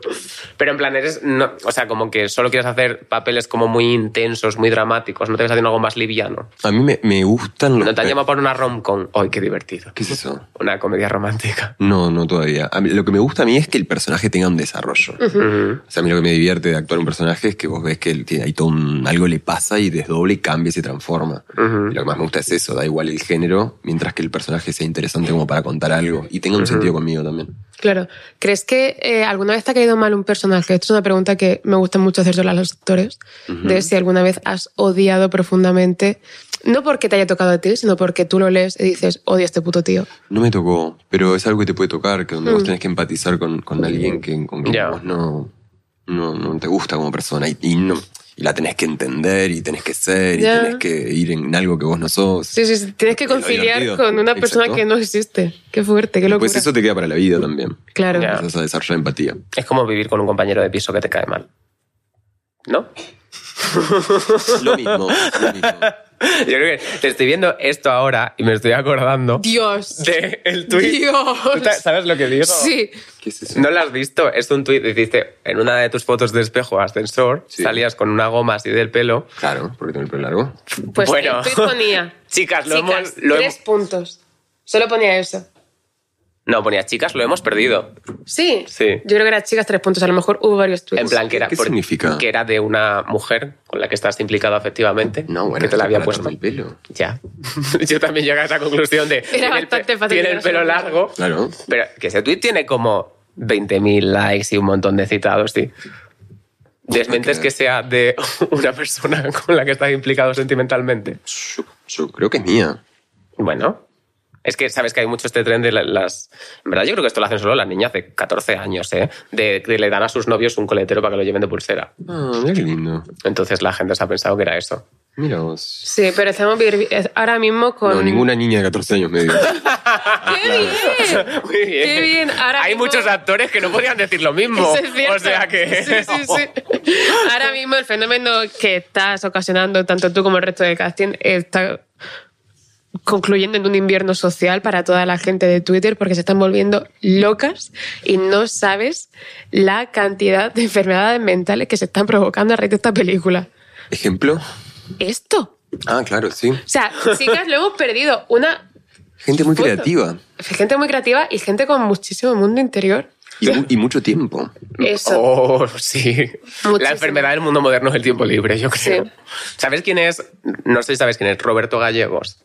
Speaker 2: Pero en plan, eres. No, o sea, como que solo quieres hacer papeles como muy intensos, muy dramáticos. No te ves haciendo algo más liviano.
Speaker 3: A mí me, me gustan los.
Speaker 2: No te han llamado para una rom-com. ¡Ay, qué divertido!
Speaker 3: ¿Qué es eso?
Speaker 2: Una comedia romántica.
Speaker 3: No, no todavía. A mí- lo que me gusta a mí es que el personaje tenga un desarrollo. O sea, a mí lo que me divierte de actuar un personaje es que vos ves que él tiene ahí todo un- algo le pasa y desdoble y cambia y se transforma. Y lo que más me gusta es eso, da igual el género, mientras que el personaje sea interesante como para contar algo y tenga un sentido conmigo también.
Speaker 1: Claro. ¿Crees que eh, alguna vez te ha caído mal un personaje? Esto es una pregunta que me gusta mucho hacerla a los actores. De si alguna vez has odiado profundamente, no porque te haya tocado a ti, sino porque tú lo lees y dices, odio a este puto tío.
Speaker 3: No me tocó, pero es algo que te puede tocar, que donde
Speaker 1: Hmm.
Speaker 3: vos tenés que empatizar con, con alguien que, con quien
Speaker 2: Ya.
Speaker 3: vos no, no, no te gusta como persona y, y no, y la tenés que entender y tenés que ser y
Speaker 1: Ya.
Speaker 3: tenés que ir en algo que vos no sos.
Speaker 1: Sí, sí, sí, tienes que
Speaker 3: Es lo
Speaker 1: conciliar
Speaker 3: divertido.
Speaker 1: con una persona
Speaker 3: Exacto.
Speaker 1: que no existe. Qué fuerte, qué locura.
Speaker 3: pues eso te queda para la vida también.
Speaker 1: Claro.
Speaker 2: Ya.
Speaker 3: Empezás a desarrollar empatía.
Speaker 2: Es como vivir con un compañero de piso que te cae mal. ¿No?
Speaker 3: Lo mismo, lo mismo.
Speaker 2: Yo creo que te estoy viendo esto ahora y me estoy acordando
Speaker 1: Dios.
Speaker 2: de el tuit.
Speaker 1: Dios.
Speaker 2: ¿Tú ta- ¿Sabes lo que digo?
Speaker 1: Sí.
Speaker 3: ¿Qué es eso?
Speaker 2: ¿No lo has visto? Es un tuit. Hiciste en una de tus fotos de espejo ascensor,
Speaker 3: Sí.
Speaker 2: salías con una goma así del pelo.
Speaker 3: Claro, porque tengo el pelo largo.
Speaker 1: Pues
Speaker 2: Bueno.
Speaker 1: el tuit ponía.
Speaker 2: Chicas, lo
Speaker 1: chicas,
Speaker 2: hemos. lo
Speaker 1: tres
Speaker 2: hemos-
Speaker 1: puntos. Solo ponía eso.
Speaker 2: No, ponía chicas, lo hemos perdido.
Speaker 1: Sí.
Speaker 2: Sí.
Speaker 1: Yo creo que era chicas tres puntos. A lo mejor hubo varios tweets.
Speaker 2: En plan, que era,
Speaker 3: ¿Qué
Speaker 2: por-
Speaker 3: significa?
Speaker 2: que era de una mujer con la que estás implicado afectivamente.
Speaker 3: No, bueno,
Speaker 2: Que te la había puesto.
Speaker 3: el pelo.
Speaker 2: Ya. Yo también llegué a esa conclusión de. tiene el pe-
Speaker 1: bastante fácil
Speaker 2: Tiene el
Speaker 1: llegar a
Speaker 2: pelo
Speaker 1: esa
Speaker 2: largo.
Speaker 3: Claro.
Speaker 2: Pero que ese tweet tiene como 20.000 likes y un montón de citados, sí. Desmentes
Speaker 3: Ok.
Speaker 2: que sea de una persona con la que estás implicado sentimentalmente.
Speaker 3: Yo, yo creo que es mía.
Speaker 2: Bueno, es que sabes que hay mucho este tren de la- las. En verdad, yo creo que esto lo hacen solo las niñas de 14 años, ¿eh? De que le dan a sus novios un coletero para que lo lleven de pulsera.
Speaker 3: Ah, mira qué lindo.
Speaker 2: Entonces la gente se ha pensado que era eso.
Speaker 3: Mira vos.
Speaker 1: Sí, pero estamos vi- ahora mismo con.
Speaker 3: No, ninguna niña de 14 años medio.
Speaker 1: ¡Qué bien!
Speaker 2: Muy bien.
Speaker 1: Qué bien, ahora
Speaker 2: Hay
Speaker 1: mismo-
Speaker 2: muchos actores que no podrían decir lo mismo.
Speaker 1: Eso es cierto.
Speaker 2: O sea que.
Speaker 1: Sí, sí, sí. Ahora mismo el fenómeno que estás ocasionando, tanto tú como el resto del casting, está concluyendo en un invierno social para toda la gente de Twitter porque se están volviendo locas y no sabes la cantidad de enfermedades mentales que se están provocando a raíz de esta película.
Speaker 3: ¿Ejemplo?
Speaker 1: Esto.
Speaker 3: Ah, claro, sí.
Speaker 1: O sea, chicas, lo hemos perdido. Una
Speaker 3: Gente muy
Speaker 1: Foto.
Speaker 3: creativa.
Speaker 1: gente muy creativa y gente con muchísimo mundo interior.
Speaker 3: Y, mu- y mucho tiempo.
Speaker 1: Eso.
Speaker 2: Oh, sí. La
Speaker 1: Muchísimo.
Speaker 2: enfermedad del mundo moderno es el tiempo libre, yo creo.
Speaker 1: Sí.
Speaker 2: ¿Sabes quién es? No sé si sabes quién es, Roberto Gallegos.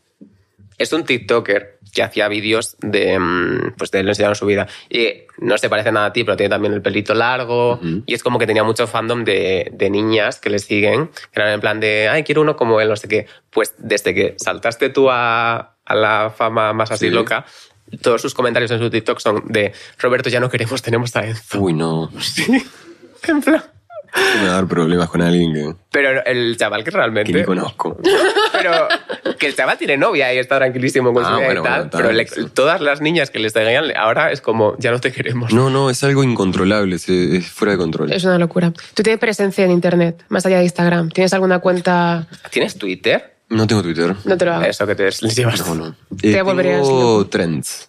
Speaker 2: Es un TikToker que hacía vídeos de. mm, Pues de él enseñaron su vida. Y no se parece nada a ti, pero tiene también el pelito largo. Y es como que tenía mucho fandom de, de niñas que le siguen. Que eran en plan de. Ay, quiero uno como él, no sé qué. Pues desde que saltaste tú a, a la fama más así
Speaker 3: Sí.
Speaker 2: loca. Todos sus comentarios en su TikTok son de Roberto, ya no queremos, tenemos a Enzo.
Speaker 3: Uy, no.
Speaker 2: En plan.
Speaker 3: Me va a dar problemas con alguien que,
Speaker 2: Pero el chaval que realmente.
Speaker 3: que ni conozco.
Speaker 2: Pero que el chaval tiene novia y está tranquilísimo con su
Speaker 3: Ah,
Speaker 2: vida
Speaker 3: bueno,
Speaker 2: y tal.
Speaker 3: bueno, tal
Speaker 2: pero le-
Speaker 3: vez, sí.
Speaker 2: todas las niñas que les seguían ahora es como, ya no te queremos.
Speaker 3: No, no, es algo incontrolable, es, es fuera de control.
Speaker 1: Es una locura. ¿Tú tienes presencia en Internet, más allá de Instagram? ¿Tienes alguna cuenta?
Speaker 2: ¿Tienes Twitter?
Speaker 3: No tengo Twitter.
Speaker 1: No te lo hago.
Speaker 2: Eso que te les llevas.
Speaker 3: No, no.
Speaker 1: Te volverías
Speaker 3: tengo
Speaker 1: loco.
Speaker 3: Trends,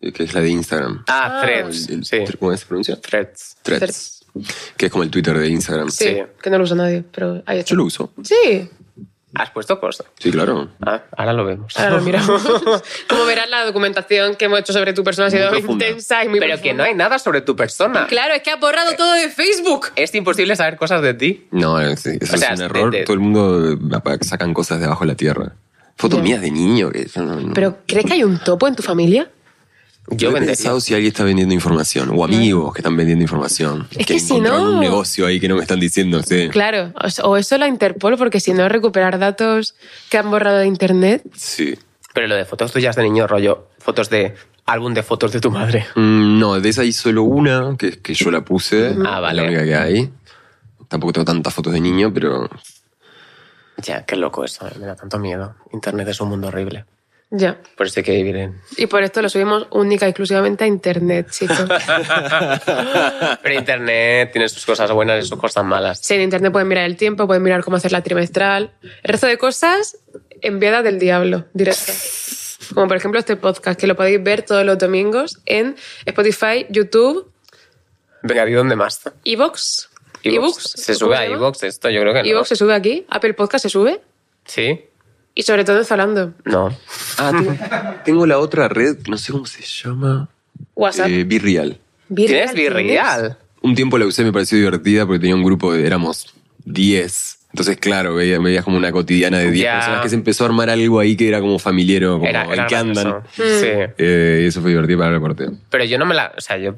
Speaker 3: eh, que es la de Instagram.
Speaker 2: Ah, Threads.
Speaker 3: El- el-
Speaker 2: sí.
Speaker 3: ¿Cómo se pronuncia?
Speaker 2: Threads.
Speaker 3: Threads. Que es como el Twitter de Instagram.
Speaker 1: Sí,
Speaker 2: Sí.
Speaker 1: que no lo usa nadie, pero ahí está.
Speaker 3: Yo lo uso.
Speaker 1: Sí,
Speaker 2: ¿Has puesto cosas?
Speaker 3: Sí, claro.
Speaker 2: Ah, ahora lo vemos.
Speaker 1: ahora lo miramos. Como verás, la documentación que hemos hecho sobre tu persona ha sido
Speaker 3: Muy profunda.
Speaker 1: intensa y muy
Speaker 2: Pero que no hay nada sobre tu persona.
Speaker 1: Claro, es que ha borrado todo de Facebook.
Speaker 2: Es imposible saber cosas de ti.
Speaker 3: No, es, eso
Speaker 2: O sea,
Speaker 3: es
Speaker 2: de-
Speaker 3: un error.
Speaker 2: de-
Speaker 3: Todo el mundo eh, apa- sacan cosas de abajo de la tierra. Fotos
Speaker 1: Ya.
Speaker 3: mías de niño. Que yo no- no-
Speaker 1: ¿Pero crees que hay un topo en tu familia?
Speaker 2: Yo
Speaker 3: he
Speaker 2: vendería.
Speaker 3: pensado si alguien está vendiendo información o amigos que están vendiendo información.
Speaker 1: Es que si
Speaker 3: encontraron
Speaker 1: no-
Speaker 3: un negocio ahí que no me están diciendo. Sí.
Speaker 1: Claro, o s- o eso la Interpol, porque si no, recuperar datos que han borrado de Internet.
Speaker 3: Sí.
Speaker 2: Pero lo de fotos tuyas de niño, rollo, fotos de álbum de fotos de tu madre.
Speaker 3: Mm, No, de esa hay solo una que, que yo la puse.
Speaker 2: Ah, vale.
Speaker 3: La única que hay. Tampoco tengo tantas fotos de niño, pero
Speaker 2: Ya, qué loco eso. eh, Me da tanto miedo. Internet es un mundo horrible.
Speaker 1: Ya.
Speaker 2: Por eso hay que vivir en...
Speaker 1: Y por esto lo subimos única y exclusivamente a Internet, chicos.
Speaker 2: Pero internet tiene sus cosas buenas y sus cosas malas.
Speaker 1: Sí, en internet pueden mirar el tiempo, pueden mirar cómo hacer la trimestral. El resto de cosas, enviada del diablo, directa. Como por ejemplo este podcast, que lo podéis ver todos los domingos en Spotify, YouTube,
Speaker 2: Venga, ¿y dónde más?
Speaker 1: Evox.
Speaker 2: iVoox. Se sube a Evox esto, yo creo que no.
Speaker 1: Evox se sube aquí, Apple Podcast se sube
Speaker 2: Sí,
Speaker 1: y sobre todo en Zalando.
Speaker 2: no.
Speaker 3: Ah, tengo, tengo la otra red, no sé cómo se llama.
Speaker 1: WhatsApp.
Speaker 3: Eh, Virreal.
Speaker 2: ¿Tienes Virreal?
Speaker 3: Un tiempo la usé, me pareció divertida porque tenía un grupo de, éramos 10. Entonces, claro, veía- me veías como una cotidiana de 10
Speaker 2: Ya.
Speaker 3: personas que se empezó a armar algo ahí que era como familiero, como
Speaker 2: Era,
Speaker 3: "¿En
Speaker 2: era
Speaker 3: qué andan.
Speaker 2: gracioso. Sí.
Speaker 3: Eh, y eso fue divertido para el reporte.
Speaker 2: Pero yo no me la... O sea, yo...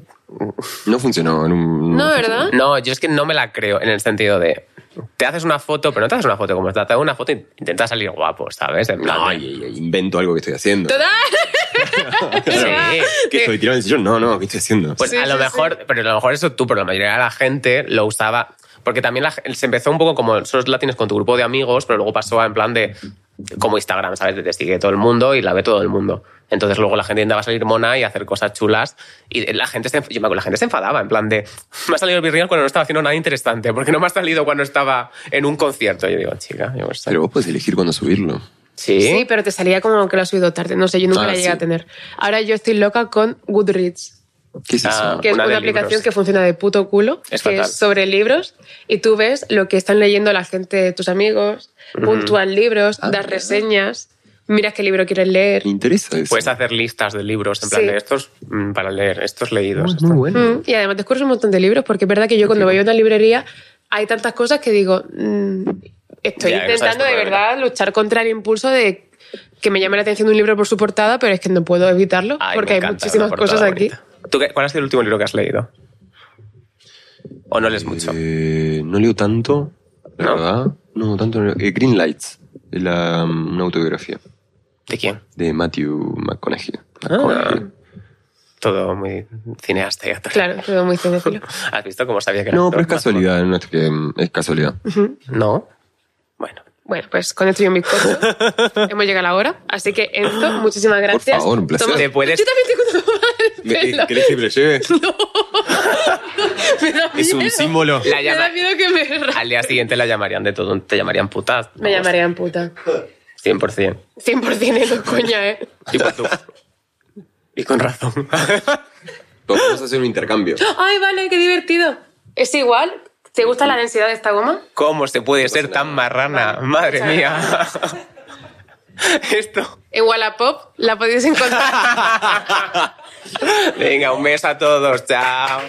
Speaker 3: No funcionó. No,
Speaker 1: No,
Speaker 3: funcionó.
Speaker 1: ¿verdad?
Speaker 2: No, yo es que no me la creo en el sentido de... Te haces una foto, pero no te haces una foto como está. Te haces una foto e intentas salir guapo, ¿sabes? En plan
Speaker 3: No,
Speaker 2: de-
Speaker 3: ay, ay, invento algo que estoy haciendo.
Speaker 2: Sí.
Speaker 3: ¿Qué estoy tirando el sillón? No, no, ¿qué estoy haciendo?
Speaker 2: Pues
Speaker 1: Sí,
Speaker 2: a
Speaker 1: sí,
Speaker 2: lo
Speaker 1: sí.
Speaker 2: mejor, pero a lo mejor eso tú, pero la mayoría de la gente lo usaba. Porque también la gen- se empezó un poco como solo la tienes con tu grupo de amigos, pero luego pasó a en plan de como Instagram, ¿sabes? Te sigue todo el mundo y la ve todo el mundo. Entonces luego la gente intentaba salir mona y hacer cosas chulas y la gente se, enf- yo me acuerdo, la gente se enfadaba en plan de me ha salido el virreal cuando no estaba haciendo nada interesante, porque no me ha salido cuando estaba en un concierto. Yo digo, chica, yo qué sé.
Speaker 3: Pero vos podés elegir cuándo subirlo.
Speaker 2: ¿Sí?
Speaker 1: Sí, pero te salía como que lo has subido tarde. No sé, yo nunca
Speaker 3: Ah,
Speaker 1: la llegué
Speaker 3: sí.
Speaker 1: a tener. Ahora yo estoy loca con Goodreads.
Speaker 3: ¿Qué es
Speaker 2: Ah,
Speaker 3: eso?
Speaker 1: que es
Speaker 2: Una
Speaker 1: una,
Speaker 2: de
Speaker 1: aplicación
Speaker 2: libros.
Speaker 1: que funciona de puto culo,
Speaker 2: Es
Speaker 1: que
Speaker 2: fatal.
Speaker 1: es sobre libros y tú ves lo que están leyendo la gente, tus amigos, puntúas libros,
Speaker 3: Ah,
Speaker 1: das
Speaker 3: mira.
Speaker 1: reseñas, miras qué libro quieres leer.
Speaker 3: Me interesa eso.
Speaker 2: Puedes hacer listas de libros, en plan
Speaker 1: Sí.
Speaker 2: de estos mm, para leer, estos leídos.
Speaker 3: Muy,
Speaker 2: estos-
Speaker 3: muy bueno.
Speaker 1: Mm, Y además descubres un montón de libros, porque es verdad que yo cuando voy a una librería hay tantas cosas que digo, mm, estoy
Speaker 2: Ya, que no sabes
Speaker 1: intentando
Speaker 2: tú
Speaker 1: de
Speaker 2: para
Speaker 1: verdad luchar contra el impulso de que me llame la atención un libro por su portada, pero es que no puedo evitarlo,
Speaker 2: Ay, me
Speaker 1: porque hay
Speaker 2: encanta,
Speaker 1: muchísimas
Speaker 2: una portada
Speaker 1: cosas aquí.
Speaker 2: bonita. ¿Tú qué- ¿Cuál ha sido el último libro que has leído? ¿O no lees mucho?
Speaker 3: Eh, no leo tanto, la
Speaker 2: Mm. No.
Speaker 3: verdad. No, tanto no leo. Eh, Green Lights, es la, um, una autobiografía
Speaker 2: ¿De quién?
Speaker 3: de Matthew McConaughey.
Speaker 2: Ah.
Speaker 3: McConaughey.
Speaker 2: Todo muy cineasta y actor.
Speaker 1: Claro, todo muy cinéfilo.
Speaker 2: ¿Has visto cómo sabía que era
Speaker 3: no,
Speaker 2: actor?
Speaker 3: pero es casualidad, no es, que, mm, es casualidad.
Speaker 2: No. Bueno.
Speaker 1: Bueno, pues con esto yo mi corto. Hemos llegado a la hora. Así que, Enzo, muchísimas gracias.
Speaker 3: favor, un placer.
Speaker 2: Te puedes-
Speaker 1: Yo también tengo una mala del pelo.
Speaker 3: ¿Querés que me lo lleve?
Speaker 1: Me da
Speaker 3: Es un
Speaker 1: miedo.
Speaker 3: símbolo.
Speaker 2: La
Speaker 1: Me da
Speaker 2: llama-
Speaker 1: miedo que me... ra-
Speaker 2: Al día siguiente la llamarían de todo. Te llamarían putas.
Speaker 1: Me llamarían puta.
Speaker 2: 100%.
Speaker 1: 100% eso, coña, ¿eh?
Speaker 2: Y con, tu- y con razón.
Speaker 3: Vamos a hacer un intercambio.
Speaker 1: Ay, vale, qué divertido. Es igual. ¿Te gusta la densidad de esta goma?
Speaker 2: ¿Cómo se puede ser tan marrana? Madre
Speaker 1: Muchas
Speaker 2: mía. Esto.
Speaker 1: En Wallapop la podéis encontrar.
Speaker 2: Venga, un beso a todos. Chao.